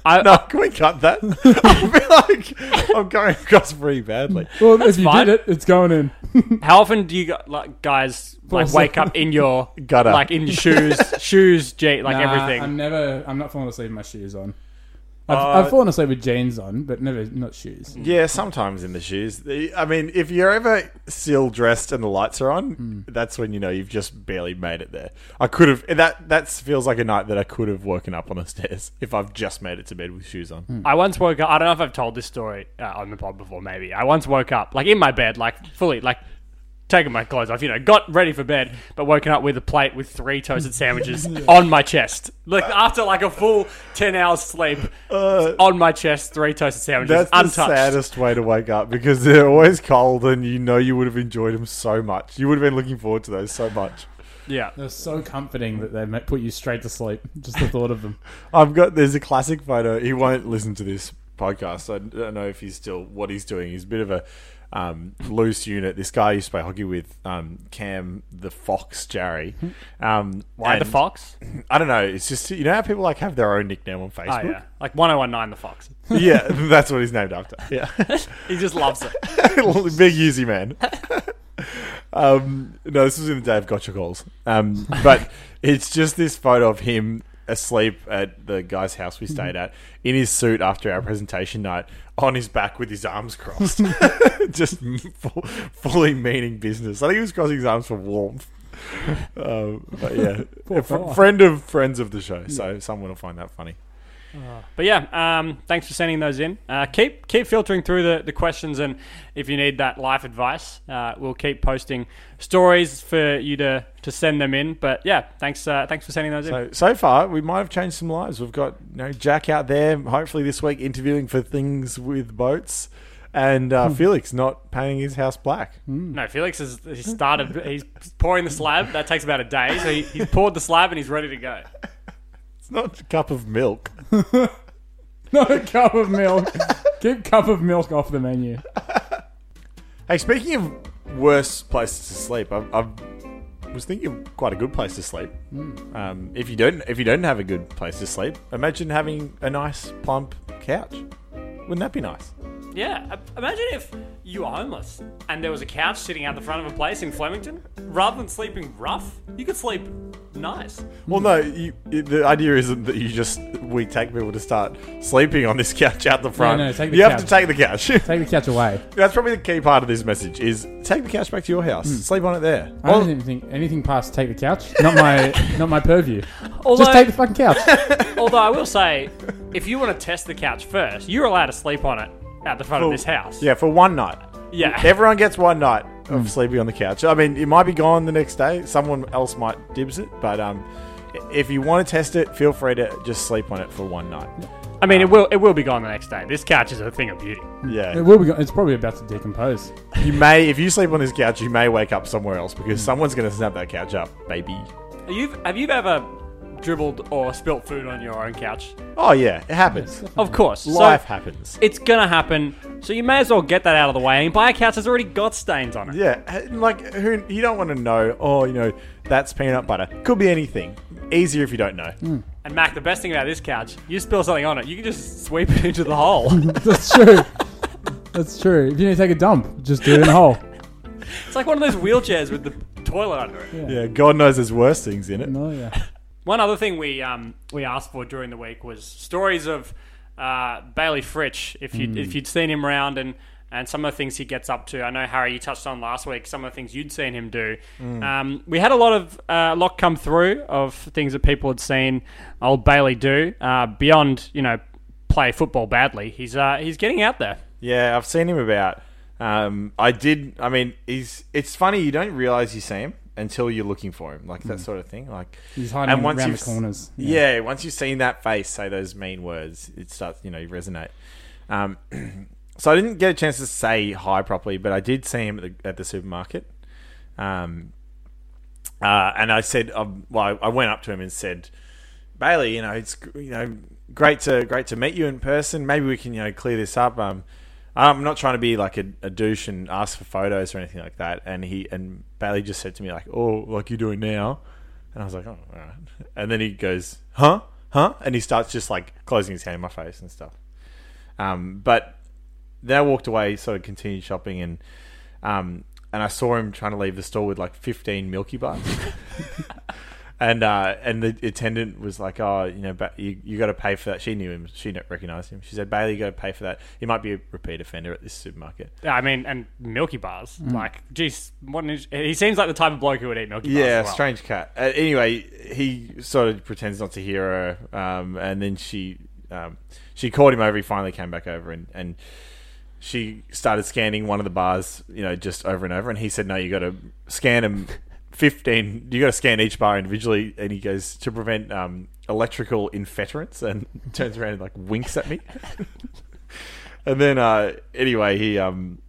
I, No, can we cut that? I feel like I'm going across pretty badly. Well, if you fine. did it, it's going in. How often do you gu- like guys like Falls wake up in your Gutter. like in your shoes, shoes, je- like Nah, everything? I'm never. I'm not falling asleep with my shoes on. I've, Uh, I've fallen asleep with jeans on, but never not shoes. Yeah, sometimes in the shoes. The- I mean, if you're ever still dressed and the lights are on, that's when you know you've just barely made it there. I could have that. That feels like a night that I could have woken up on the stairs if I've just made it to bed with shoes on. I once woke up. I don't know if I've told this story uh, on the pod before. Maybe I once woke up like in my bed, like fully, like taking my clothes off. You know, got ready for bed, but woken up with a plate with three toasted sandwiches on my chest. Like after like a full ten hours sleep, Uh, on my chest, three toasted sandwiches, That's the untouched. saddest way to wake up because they're always cold, and you know you would have enjoyed them so much. You would have been looking forward to those so much. Yeah, They're so comforting that they ma- put you straight to sleep. Just the thought of them. I've got there's a classic photo. He won't listen to this podcast. I don't know if he's still what he's doing. He's a bit of a um, loose unit. This guy I used to play hockey with, um, Cam the Fox Jerry. Um, why the and- fox? I don't know. It's just you know how people like have their own nickname on Oh Facebook. yeah, like one oh one nine the fox. yeah. that's what he's named after. Yeah, He just loves it. big Yeezy man. um, no, this was in the day of gotcha calls. Um, but it's just this photo of him asleep at the guy's house we stayed at in his suit after our presentation night on his back with his arms crossed. just full, fully meaning business. I think he was crossing his arms for warmth. Um, but yeah, a fr- fella. friend of friends of the show, so someone will find that funny. But yeah, um, thanks for sending those in. Uh, keep keep filtering through the, the questions, and if you need that life advice, uh, we'll keep posting stories for you to, to send them in. But yeah, thanks uh, thanks for sending those in. So, so far, we might have changed some lives. We've got you know, Jack out there, hopefully this week, interviewing for things with boats, and uh, Felix not painting his house black. No, Felix has he started. He's pouring the slab. That takes about a day. So he, he's poured the slab and he's ready to go. It's not a cup of milk. Not a cup of milk. Keep cup of milk off the menu. Hey, speaking of worse places to sleep, I, I was thinking of quite a good place to sleep. Um, if you don't, if you don't have a good place to sleep, imagine having a nice plump couch. Wouldn't that be nice? Yeah, i- imagine if you were homeless and there was a couch sitting out the front of a place in Flemington. Rather than sleeping rough, you could sleep nice. Well, no. You, you- the idea isn't that you just we take people to start sleeping on this couch out the front. no, take the you have couch. to take the couch. Take the couch away. That's probably the key part of this message: is take the couch back to your house, sleep on it there. Hmm. I don't even think anything past take the couch. Not my not my purview. Although, Just take the fucking couch. Although I will say, if you want to test the couch first, you're allowed to sleep on it at the front of this house. Yeah, for one night. Yeah. Everyone gets one night Hmm. of sleeping on the couch. I mean, it might be gone the next day. Someone else might dibs it, but um, if you want to test it, feel free to just sleep on it for one night. I mean, it will it will be gone the next day. This couch is a thing of beauty. Hmm. It Yeah. will be. go- It's probably about to decompose. You may, if you sleep on this couch, you may wake up somewhere else Hmm. because someone's going to snap that couch up, baby. Have you have you ever dribbled or spilt food on your own couch? Oh, yeah. It happens. Of course, So, Life happens. it's gonna happen. So you may as well get that out of the way and buy a couch that's already got stains on it. Yeah, and, like who you don't want to know. Oh, you know that's peanut butter. Could be anything. Easier if you don't know. And Mac, the best thing about this couch, you spill something on it, you can just sweep it into the hole. That's true. That's true. If you need to take a dump, just do it in a hole. it's like one of those wheelchairs with the toilet under it. Yeah, God knows there's worse things in it. No, yeah. One other thing we um, we asked for during the week was stories of uh, Bailey Fritch. If Hmm. you if you'd seen him round and and some of the things he gets up to. I know Harry, you touched on last week some of the things you'd seen him do. Hmm. Um, we had a lot of uh, lot come through of things that people had seen old Bailey do uh, beyond you know play football badly. He's uh, he's getting out there. Yeah, I've seen him about. Um, I did. I mean, he's. It's funny you don't realize you see him until you're looking for him, like that sort of thing. Like He's hiding around you've the s- corners. Yeah. once you've seen that face say those mean words, it starts. You know, you resonate. Um, so I didn't get a chance to say hi properly, but I did see him at the, at the supermarket. Um, uh, and I said, um, well, I- I went up to him and said, Bailey, you know, it's you know great to great to meet you in person. Maybe we can you know clear this up. Um, I'm not trying to be like a, a douche and ask for photos or anything like that. And he and Bailey just said to me like, "Oh, like you're doing now," and I was like, "Oh, all right." And then he goes, "Huh, huh," and he starts just like closing his hand in my face and stuff. Um, but then I walked away, sort of continued shopping, and um, and I saw him trying to leave the store with like 15 Milky Bars. And uh, and the attendant was like, "Oh, you know, but you, you got to pay for that." She knew him. She kn- recognized him. She said, "Bailey, you got to pay for that. You might be a repeat offender at this supermarket." Yeah, I mean, and Milky Bars. Hmm. Like, geez, what an, int- he seems like the type of bloke who would eat Milky Bars. Yeah, as well. strange cat. Uh, anyway, he sort of pretends not to hear her, um, and then she um, she called him over. He finally came back over, and, and she started scanning one of the bars, you know, just over and over. And he said, "No, you got to scan them." 15 you got to scan each bar individually and he goes to prevent um, electrical inference and turns around and like winks at me and then uh, anyway he um,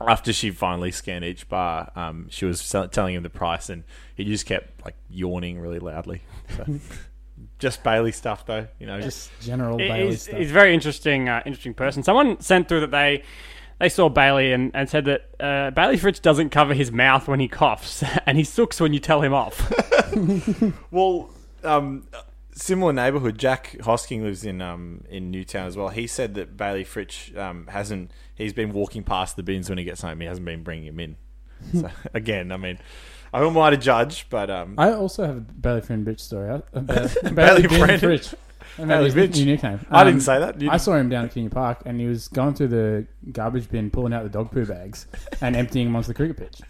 after she finally scanned each bar, um, she was sell- telling him the price, and he just kept like yawning really loudly. So, just Bailey stuff, though, you know. Just Just general He- Bailey he's, stuff. he's a very interesting, uh, interesting person. Someone sent through that they they saw Bailey and, and said that uh, Bailey Fritz doesn't cover his mouth when he coughs, and he sooks when you tell him off. well, um, similar neighborhood. Jack Hosking lives in um, in Newtown as well. He said that Bailey Fritch um, hasn't. He's been walking past the bins when he gets home. He hasn't been bringing him in. So again, I mean, I don't want to judge, but um, I also have a Bailey friend bitch story. I- a Ba- Bailey Bean friend. Fritch. And Bailey that was bitch. Your nickname. I Um, didn't say that. You- I saw him down at Kenya Park, and he was going through the garbage bin, pulling out the dog poo bags, and emptying them onto the cricket pitch.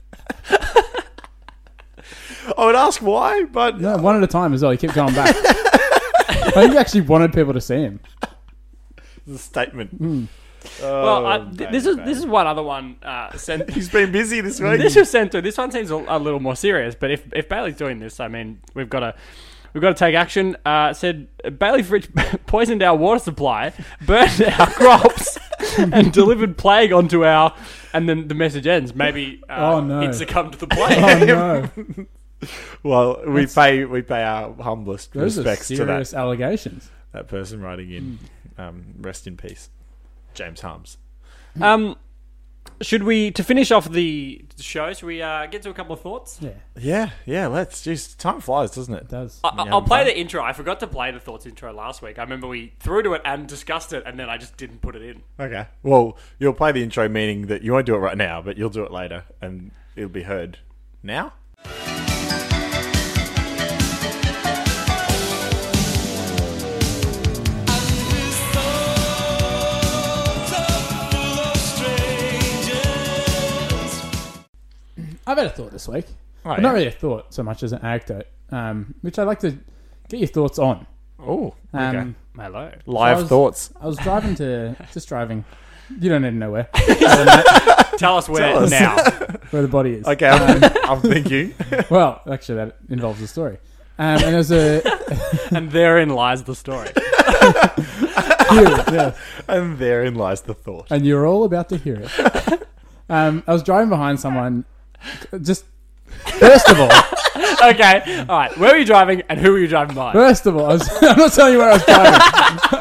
I would ask why, but No, one at a time as well. He kept going back. I think he actually wanted people to see him. it's a statement. Hmm. well, I, Oh, th- this Bailey, is this is one other one uh, sent. He's been busy this week. this was sent through. This one seems a, a little more serious, but if if Bailey's doing this, I mean, we've got to. We've got to take action. Uh, said Bailey Fritch poisoned our water supply, burned our crops, and delivered plague onto our. And then the message ends. Maybe uh, Oh, no. he'd succumb to the plague. Oh no, Well, we pay we pay our humblest those are respects to serious Hmm. that, allegations. that person writing in. Um, rest in peace, James Harms. Um, should we to finish off the show? Should we uh, get to a couple of thoughts? Yeah, Yeah, yeah. Let's just time flies, doesn't it? it does. I, I'll play the intro. I forgot to play the thoughts intro last week. I remember we threw to it and discussed it, and then I just didn't put it in. Okay. Well, you'll play the intro, meaning that you won't do it right now, but you'll do it later, and it'll be heard now. I've had a thought this week. Oh, Well, Not really a thought so much as an anecdote, um, which I'd like to get your thoughts on. Oh, Um, okay. Hello. Live I was- thoughts. I was driving to just driving. You don't need to know where Tell us where Tell us. now. where the body is. Okay, I'm, I'm thinking. Well, actually, that involves a story. Um, and there's a and therein lies the story. hear it, yeah. and therein lies the thought. and you're all about to hear it. Um, I was driving behind someone. Just first of all, okay, all right. Where were you driving, and who were you driving by? first of all, I was, I'm not telling you where I was driving.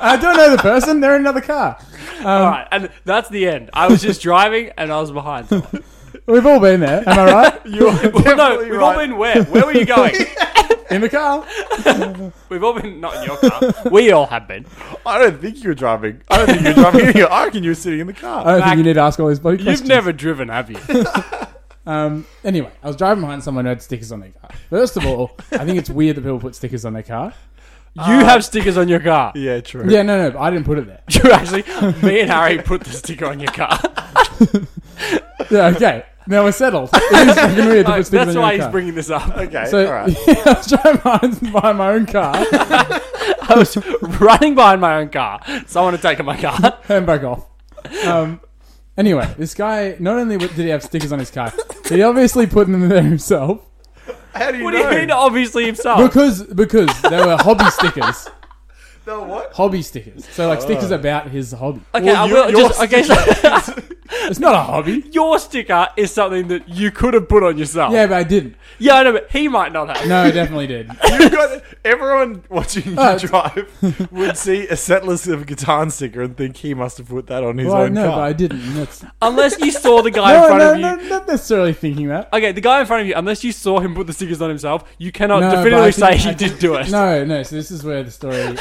I don't know the person. They're in another car. all right, and that's the end. I was just driving, and I was behind. someone. We've all been there. Am I right? You're well, no, definitely we've all right. been where? Where were you going? In the car. We've all been not in your car. We all have been. I don't think you were driving. I don't think you were driving. here. I reckon you were sitting in the I car. don't Back- think you need to ask all these bloody You've questions. never driven, have you? Um, anyway, I was driving behind someone who had stickers on their car. First of all, I think it's weird that people put stickers on their car. You have stickers on your car. Yeah, true. Yeah, no, no, but I didn't put it there. You actually, me and Harry put the sticker on your car. Yeah, okay. Now we're settled. It is fucking weird to put stickers That's on why your he's car. bringing this up. Okay, So all right. yeah, I was driving behind, behind my own car, I was running behind my own car. Someone had taken my car. handbrake off. Um, anyway, this guy not only did he have stickers on his car, he obviously put them there himself How do you What do know? you mean? Obviously himself. because because they were hobby stickers, No, what? hobby stickers. So like stickers about his hobby. Oh. Okay, Well, I you- will your just. Okay, so It's not a hobby. your sticker is something that you could have put on yourself. Yeah, but I didn't. yeah, I know, but he might not have. No, I definitely did. You got everyone watching you Uh, drive would see a settlers of Catan sticker and think he must have put that on his Well, own no, car. but I didn't. That's, Unless you saw the guy in no, front no, of you. no, not necessarily thinking that. Okay, the guy in front of you. Unless you saw him put the stickers on himself, you cannot No, but I definitively think- say he I did do it. No, no. So this is where the story.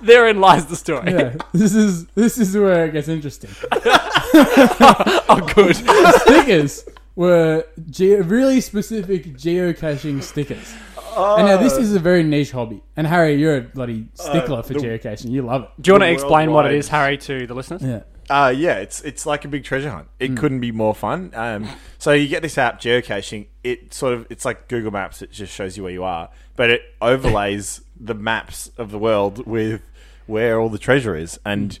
Therein lies the story. Yeah, this is this is where it gets interesting. Oh, good. stickers were ge- really specific geocaching stickers. And now this is a very niche hobby. And Harry, you're a bloody stickler for Oh. Uh, the- geocaching. You love it. Do you want The to explain what it worldwide- is, Harry, to the listeners? Yeah. Uh, yeah, it's it's like a big treasure hunt. It couldn't be more fun. Um, so you get this app geocaching. It sort of it's like Google Maps. It just shows you where you are, but it overlays the maps of the world with where all the treasure is. And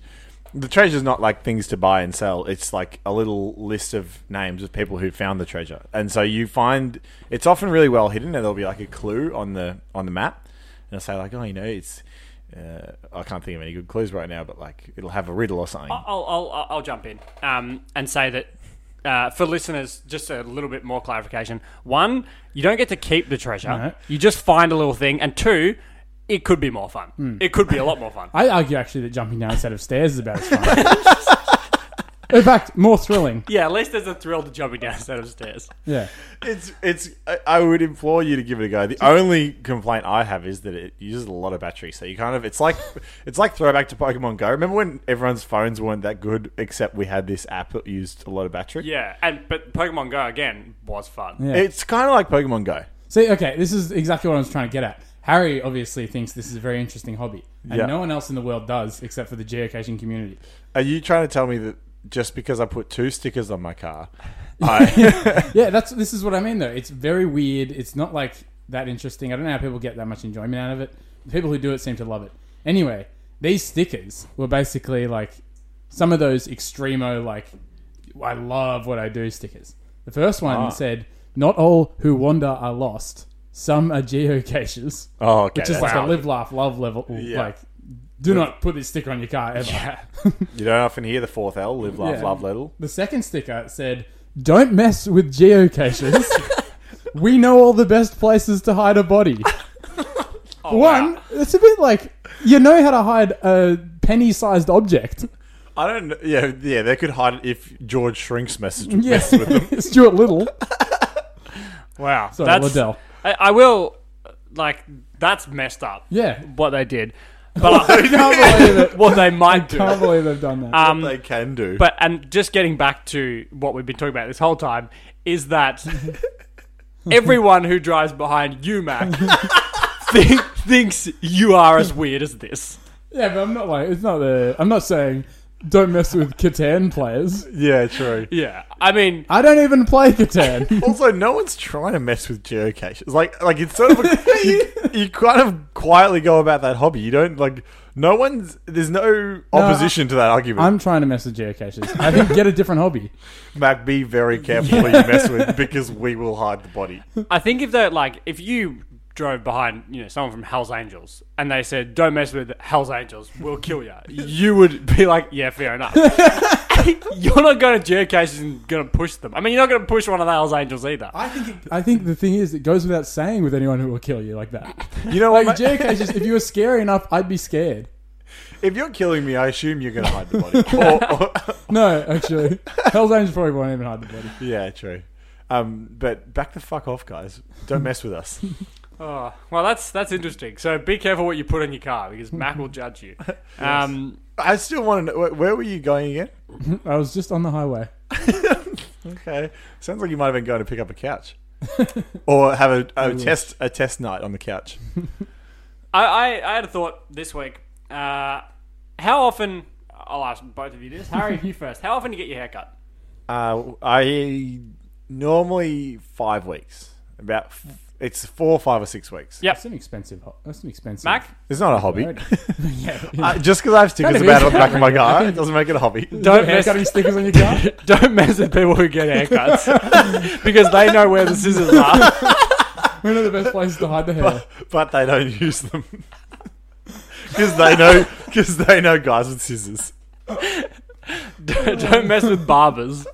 the treasure's not like things to buy and sell. It's like a little list of names of people who found the treasure. And so you find it's often really well hidden, and there'll be like a clue on the on the map and I'll say like, oh, you know, it's uh, I can't think of any good clues right now, but like it'll have a riddle or something. I'll, I'll, I'll- I'll jump in um, and say that uh, for listeners, just a little bit more clarification. One, you don't get to keep the treasure, No. you just find a little thing. And two, it could be more fun. It could be a lot more fun. Hmm. I argue actually that jumping down a set of stairs is about as fun. In fact, more thrilling. Yeah, at least there's a thrill to jumping down a set of stairs. Yeah. It's it's. I- I would implore you to give it a go. The only complaint I have is that it uses a lot of battery, so you kind of it's like it's like throwback to Pokemon Go. Remember when everyone's phones weren't that good, except we had this app that used a lot of battery. Yeah, and but Pokemon Go again was fun. Yeah. It's kind of like Pokemon Go. See, okay, this is exactly what I was trying to get at. Harry obviously thinks this is a very interesting hobby, and Yeah. no one else in the world does except for the geocaching community. Are you trying to tell me that just because I put two stickers on my car, I Yeah, that's this is what I mean though. It's very weird. It's not like that interesting. I don't know how people get that much enjoyment out of it. The people who do it seem to love it. Anyway, these stickers were basically like some of those extremo like I love what I do stickers. The first Ah. one said, "Not all who wander are lost. Some are geocaches." oh okay, Which is that's like a not- live, laugh, love level. Like, do not put this sticker on your car ever. you don't often hear the fourth L, live, laugh, Yeah. love, little. The second sticker said, "Don't mess with geocaches. we know all the best places to hide a body." One, it's a bit like you know how to hide a penny-sized object. I don't. Yeah, yeah. They could hide it if George Shrink's message was Yes, messed with them. Stuart Little. Wow, Sorry, Liddell. I, I will like that's messed up. Yeah, what they did, but I, can't believe it. what they might do. Can't believe they've done that. Um, they can do. But and just getting back to what we've been talking about this whole time is that everyone who drives behind you, Mac, think, thinks you are as weird as this. yeah, but I'm not like it's not the. I'm not saying don't mess with Catan players. yeah, true. Yeah, I mean, I don't even play Catan. Also, no one's trying to mess with geocaches. Like, like it's sort of a, you, you kind of quietly go about that hobby. You don't like. No one's. There's no opposition to that argument. I'm trying to mess with geocaches. I think get a different hobby. Mac, be very careful who you mess with because we will hide the body. I think if they're like if you dr- drove behind, you know, someone from Hell's Angels, and they said, "Don't mess with Hell's Angels, we'll kill you," you would be like, "Yeah, fair enough." you're not going to jerk cases and going to push them. I mean, you're not going to push one of the Hell's Angels either. I think it, I think the thing is, it goes without saying with anyone who will kill you like that. You know what? Like mate? JK, just if you were scary enough, I'd be scared. if you're killing me, I assume you're going to hide the body. Or- or- No, actually, Hell's Angels probably won't even hide the body. yeah, true. Um, but back the fuck off, guys. Don't mess with us. Oh, well, that's that's interesting. So be careful what you put on your car because Mac will judge you. Um, I still want to know where- where were you going again? I was just on the highway. Okay, sounds like you might have been going to pick up a couch, or have a, a test a test night on the couch. I, I, I had a thought this week. Uh, how often? I'll ask both of you this. Harry, you first. How often do you get your hair cut? Uh, I normally five weeks. About f- it's four, five, or six weeks. Yeah. That's an expensive. ho- That's an expensive. Mac, It's not a hobby. Right. Uh, just because I have stickers Kind of about is. it on the back of my car, it doesn't make it a hobby. don't Hair mess, cutting stickers on your car. don't mess with people who get haircuts because they know where the scissors are. One of the best places to hide the hair. But they don't use them because they know because they know guys with scissors. don't, don't mess with barbers.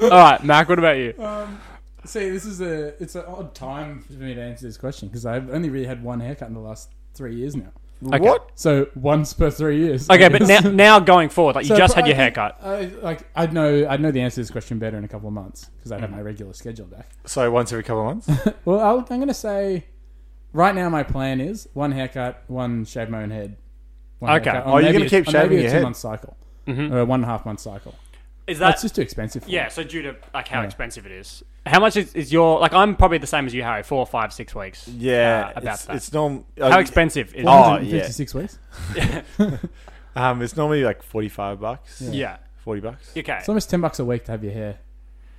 All right, Mac. What about you? Um, see, this is a it's an odd time for me to answer this question because I've only really had one haircut in the last three years now. Okay. What? So once per three years. Okay, I but now, guess. now going forward, like you So just pro- had your I think- haircut. I, like I'd know I'd know the answer to this question better in a couple of months because I'd have my regular schedule back. So once every couple of months. Well, I'll, I'm going to say right now my plan is one haircut, one shave my own head. One Okay. haircut, Oh, or you're maybe gonna a- keep or shaving maybe your a head? Mm-hmm. Uh, two month cycle or a one and a half month cycle. Is That's that just too expensive. For yeah? So due to like how expensive it is, how much is, is your like? I'm probably the same as you, Harry. Four, five, six weeks. Yeah, uh, about it's, that. it's norm. how expensive is? Oh, Oh, yeah. weeks. Um, it's normally like forty-five bucks. yeah. forty bucks. Okay. It's almost ten bucks a week to have your hair.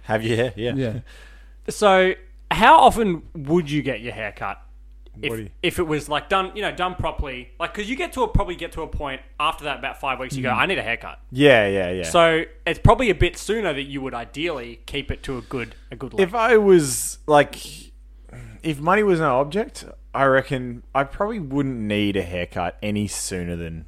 Have your hair? Yeah. Yeah, So, how often would you get your hair cut? If, What do you- if it was like done, you know, done properly, like because you get to a, probably get to a point after that about five weeks, you go, I need a haircut. Mm. Yeah, yeah, yeah. So it's probably a bit sooner that you would ideally keep it to a good a good length. if I was like, if money was no object, I reckon I probably wouldn't need a haircut any sooner than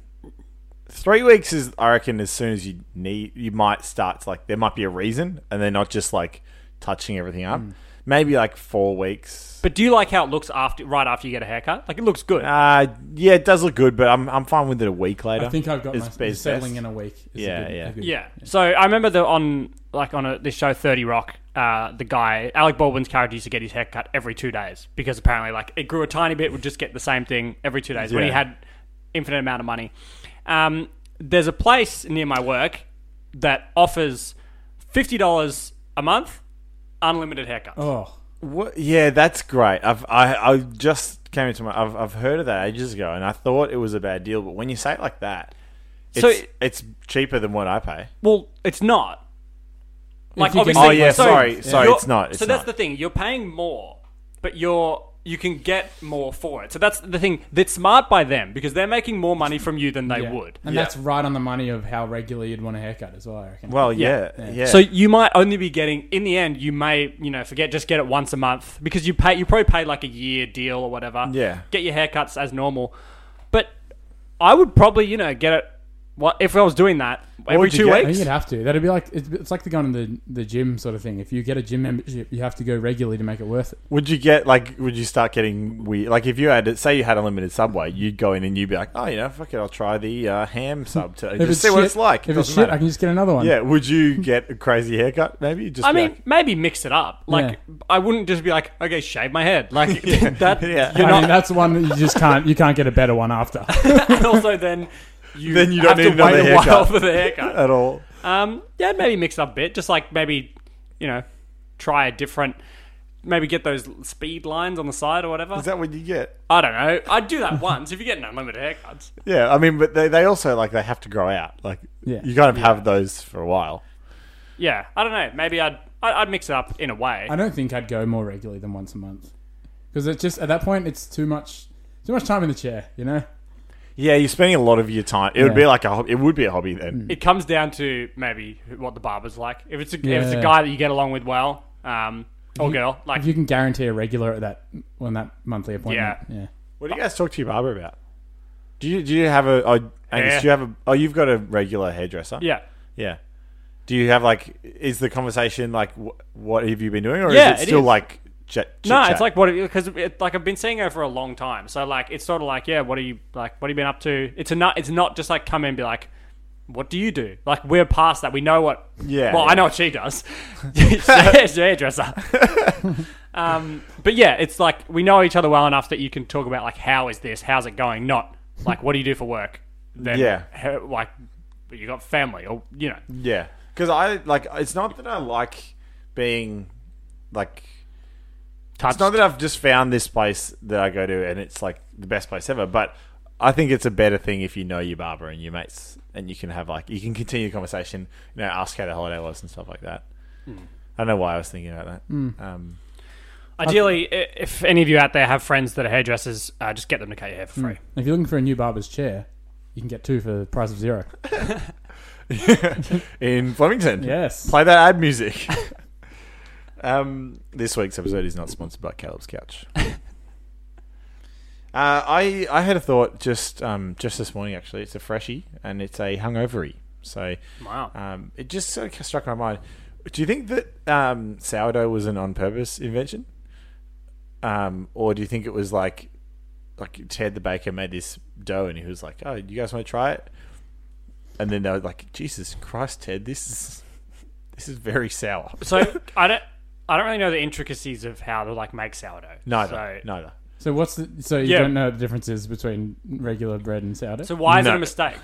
three weeks. Is I reckon as soon as you need, you might start to like there might be a reason, and they're not just like touching everything up. Hmm. Maybe like four weeks. but do you like how it looks after right after you get a haircut? Like it looks good. Uh yeah, it does look good, but I'm I'm fine with it a week later. I think I've got It's- my it's settling best. in a week. is a Yeah, good- yeah. a good- Yeah. So I remember the on like on a, this show Thirty Rock, uh, the guy Alec Baldwin's character used to get his hair cut every two days because apparently like it grew a tiny bit, would just get the same thing every two days when he Yeah. had infinite amount of money. Um, there's a place near my work that offers fifty dollars a month, unlimited haircuts. Oh, What? Yeah, that's great. I've I, I just came into my I've, I've heard of that ages ago, and I thought it was a bad deal. But when you say it like that, it's, So it- it's cheaper than what I pay. Well, it's not. Like you can- obviously, Oh, yeah, so- sorry, sorry, you're- it's not, it's so that's not. the thing. You're paying more, but you're you can get more for it. So that's the thing. That's smart by them because they're making more money from you than they yeah. would. and that's right on the money of how regularly you'd want a haircut as well. I reckon. Well, yeah, yeah. So you might only be getting in the end. You may you know forget just get it once a month because you pay you probably pay like a year deal or whatever. Yeah. get your haircuts as normal. But I would probably you know get it. What if I was doing that every would you two get? I think weeks? you'd have to. That'd be like it's, it's like the going to the, the gym sort of thing. If you get a gym membership, you have to go regularly to make it worth it. would you get like? Would you start getting weird? Like if you had, say, you had unlimited Subway, you'd go in and you'd be like, oh, you know, fuck it, I'll try the uh, ham sub to If just see what shit- it's like. It If it's doesn't shit, matter. I can just get another one. yeah, would you get a crazy haircut? Maybe just. I be mean, like- maybe mix it up. Like, I wouldn't just be like, okay, shave my head. Like that. Yeah. You're I not, mean that's one that you just can't you can't get a better one after. and also then you Then you have don't to need another wait a haircut. while for the haircut. at all. Um, yeah, maybe mix it up a bit. Just like maybe, you know, try a different. Maybe get those speed lines on the side or whatever. Is that what you get? I don't know. I'd do that once if you get an unlimited haircuts. Yeah, I mean, but they, they also like they have to grow out. Like Yeah. you kind of have those for a while. Yeah, I don't know. Maybe I'd I- I'd mix it up in a way. I don't think I'd go more regularly than once a month because it's just at that point it's too much too much time in the chair. You know. Yeah, you're spending a lot of your time. It would Yeah. be like a hob- it would be a hobby then. it comes down to maybe what the barber's like. If it's a, if it's a Yeah. guy that you get along with well, um, or girl. Like If you can guarantee a regular at that on that monthly appointment, yeah, What do you guys talk to your barber about? Do you do you have a oh, Angus, Hair. do you have a oh you've got a regular hairdresser? yeah, Yeah. Do you have like is the conversation like wh- what have you been doing or Yeah, is it it still is. like chat? no, it's like what because it, like I've been seeing her for a long time, so like it's sort of like yeah, what are you like? What have you been up to? It's a not. It's not just like come in and be like. What do you do? Like we're past that. We know what. Yeah, Well, yeah. I know what she does. She's a hairdresser. um, but yeah, it's like we know each other well enough that you can talk about like how is this? How's it going? Not like what do you do for work? Then Yeah. how- like you got family or you know. Yeah, because I like. It's not that I like being like. Touched. It's not that I've just found this place that I go to and it's like the best place ever, but I think it's a better thing if you know your barber and your mates and you can have like you can continue the conversation. You know, ask how the holiday was and stuff like that. I don't know why I was thinking about that. Um, Ideally, i if any of you out there have friends that are hairdressers, uh, just get them to cut your hair for free. If you're looking for a new barber's chair, you can get two for the price of zero. in Flemington, Yes. Play that ad music. um, this week's episode is not sponsored by Caleb's Couch. uh, I I had a thought just um, just this morning actually. It's a freshie and it's a hungovery. So Wow. um, it just sort of struck my mind. Do you think that um, sourdough was an on purpose invention, um, or do you think it was like like Ted the baker made this dough and he was like, "Oh, you guys want to try it?" And then they were like, "Jesus Christ, Ted, this is this is very sour." So I don't. I don't really know the intricacies of how to like make sourdough. Neither, So, neither. So what's the so you Yeah. don't know the differences between regular bread and sourdough? so why is No. it a mistake?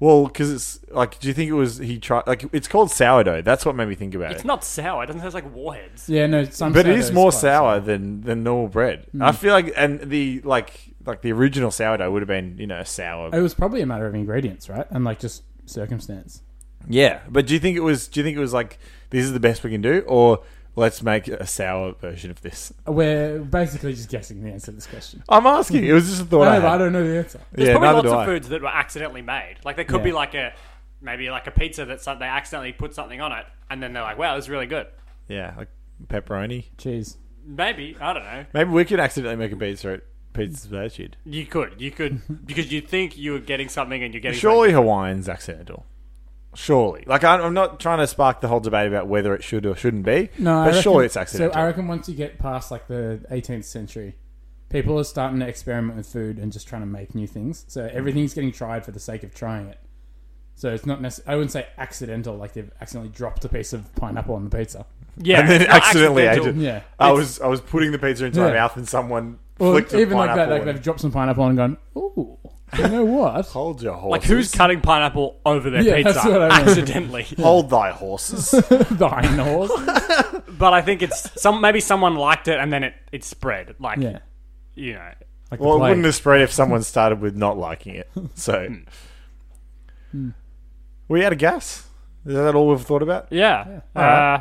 Well, because it's like, do you think it was he tried? Like, it's called sourdough. That's what made me think about it. it's not sour. It doesn't taste like warheads. yeah, no, some but it is sourdough's more quite Mm. sour than than normal bread. I feel like, and the like, like the original sourdough would have been, you know, sour. It was probably a matter of ingredients, right? And like just circumstance. Yeah, but do you think it was? Do you think it was like this is the best we can do, or let's make a sour version of this? We're basically just guessing the answer to this question. I'm asking. It was just a thought. I, I, know, had. but I don't know the answer. Yeah, There's probably neither lots do of I. foods that were accidentally made. Like there could Yeah. be like a maybe like a pizza that some, they accidentally put something on it, and then they're like, "Wow, this is really good." Yeah, like pepperoni. Cheese. Maybe I don't know. Maybe we could accidentally make a pizza at Pizza Latitude. You could, you could, because you think you were getting something and you're getting something- Surely Hawaiian's accidental. Surely, like I, I'm not trying to spark the whole debate about whether it should or shouldn't be. No, I but reckon, surely it's accidental. So I reckon once you get past like the 18th century, people are starting to experiment with food and just trying to make new things. So everything's getting tried for the sake of trying it. So it's not necessarily. I wouldn't say accidental, like they've accidentally dropped a piece of pineapple on the pizza. yeah, and then it's not accidentally ate it. accidental. Yeah. I was I was putting the pizza into my Yeah. mouth and someone Well, flicked even a like that, pineapple. like and- they've dropped some pineapple on and gone, ooh, you know what? Hold your horses. Like who's cutting pineapple over their Yeah, pizza that's what I mean. accidentally? Hold thy horses. Thine horse. but I think it's some maybe someone liked it and then it, it spread. Like Yeah. you know, Like the Well, it plague. Hmm. wouldn't have spread if someone started with not liking it. So we had a guess. Is that all we've thought about? yeah. All right. Uh,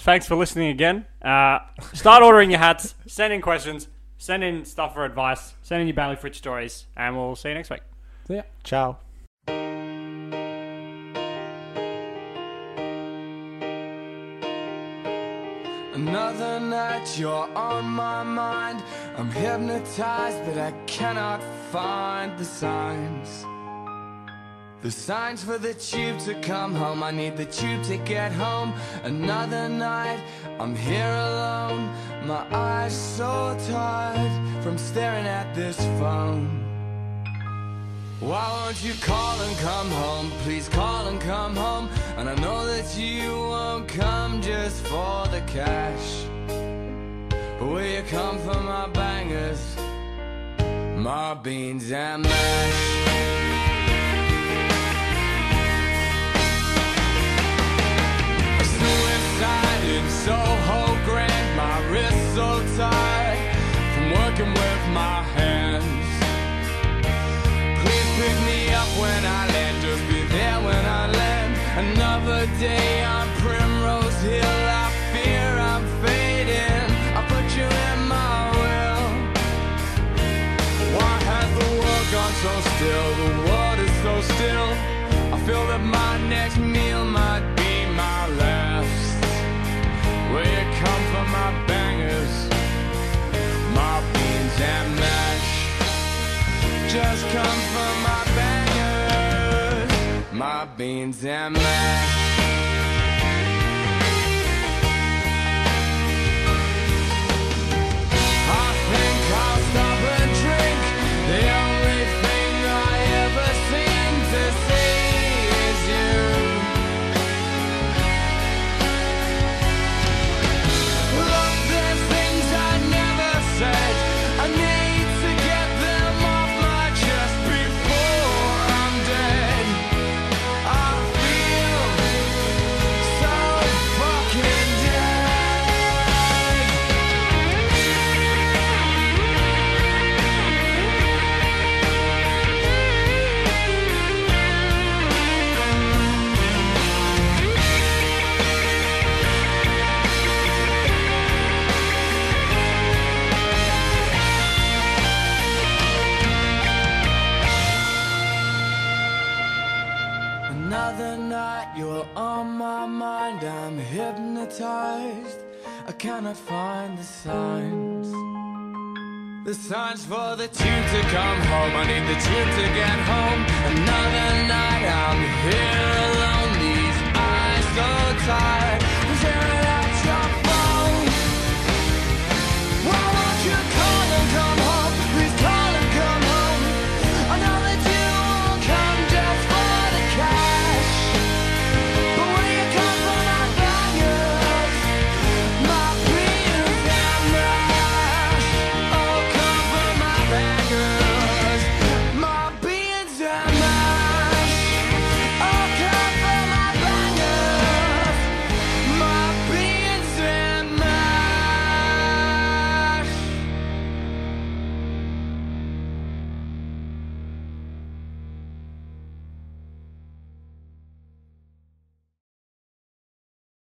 thanks for listening again. Uh, start ordering your hats. Send in questions. Send in stuff for advice. Send in your Bally Fritz stories, and we'll see you next week. So, yeah. Ciao. Another night you're on my mind. I'm hypnotized, but I cannot find the signs. The signs for the tube to come home. I need the tube to get home. Another night, I'm here alone. My eyes so tired from staring at this phone. Why won't you call and come home? Please call and come home. And I know that you won't come just for the cash. But will you come for my bangers, my beans and mash? A Suicide in Soho Grand, my wrist so tight from working with my hands. Please pick me up when I land, just be there when I land. Another day on Primrose Hill, I fear I'm fading. I put you in my will. Why has the world gone so still? The world is so still. I feel that my next meal might be my last. Will you come for my band? just comes from my bangers, my beans and mash. I think I'll stop and drink. The only thing I ever seem to see is you. Look, there's things I never said. I need to get them off my chest before I'm dead. I feel so fucking dead. Another night, you're on my mind. I'm hypnotized. I cannot find the signs. The signs for the tune to come home. I need the tune to get home. Another night, I'm here alone. These eyes so tired.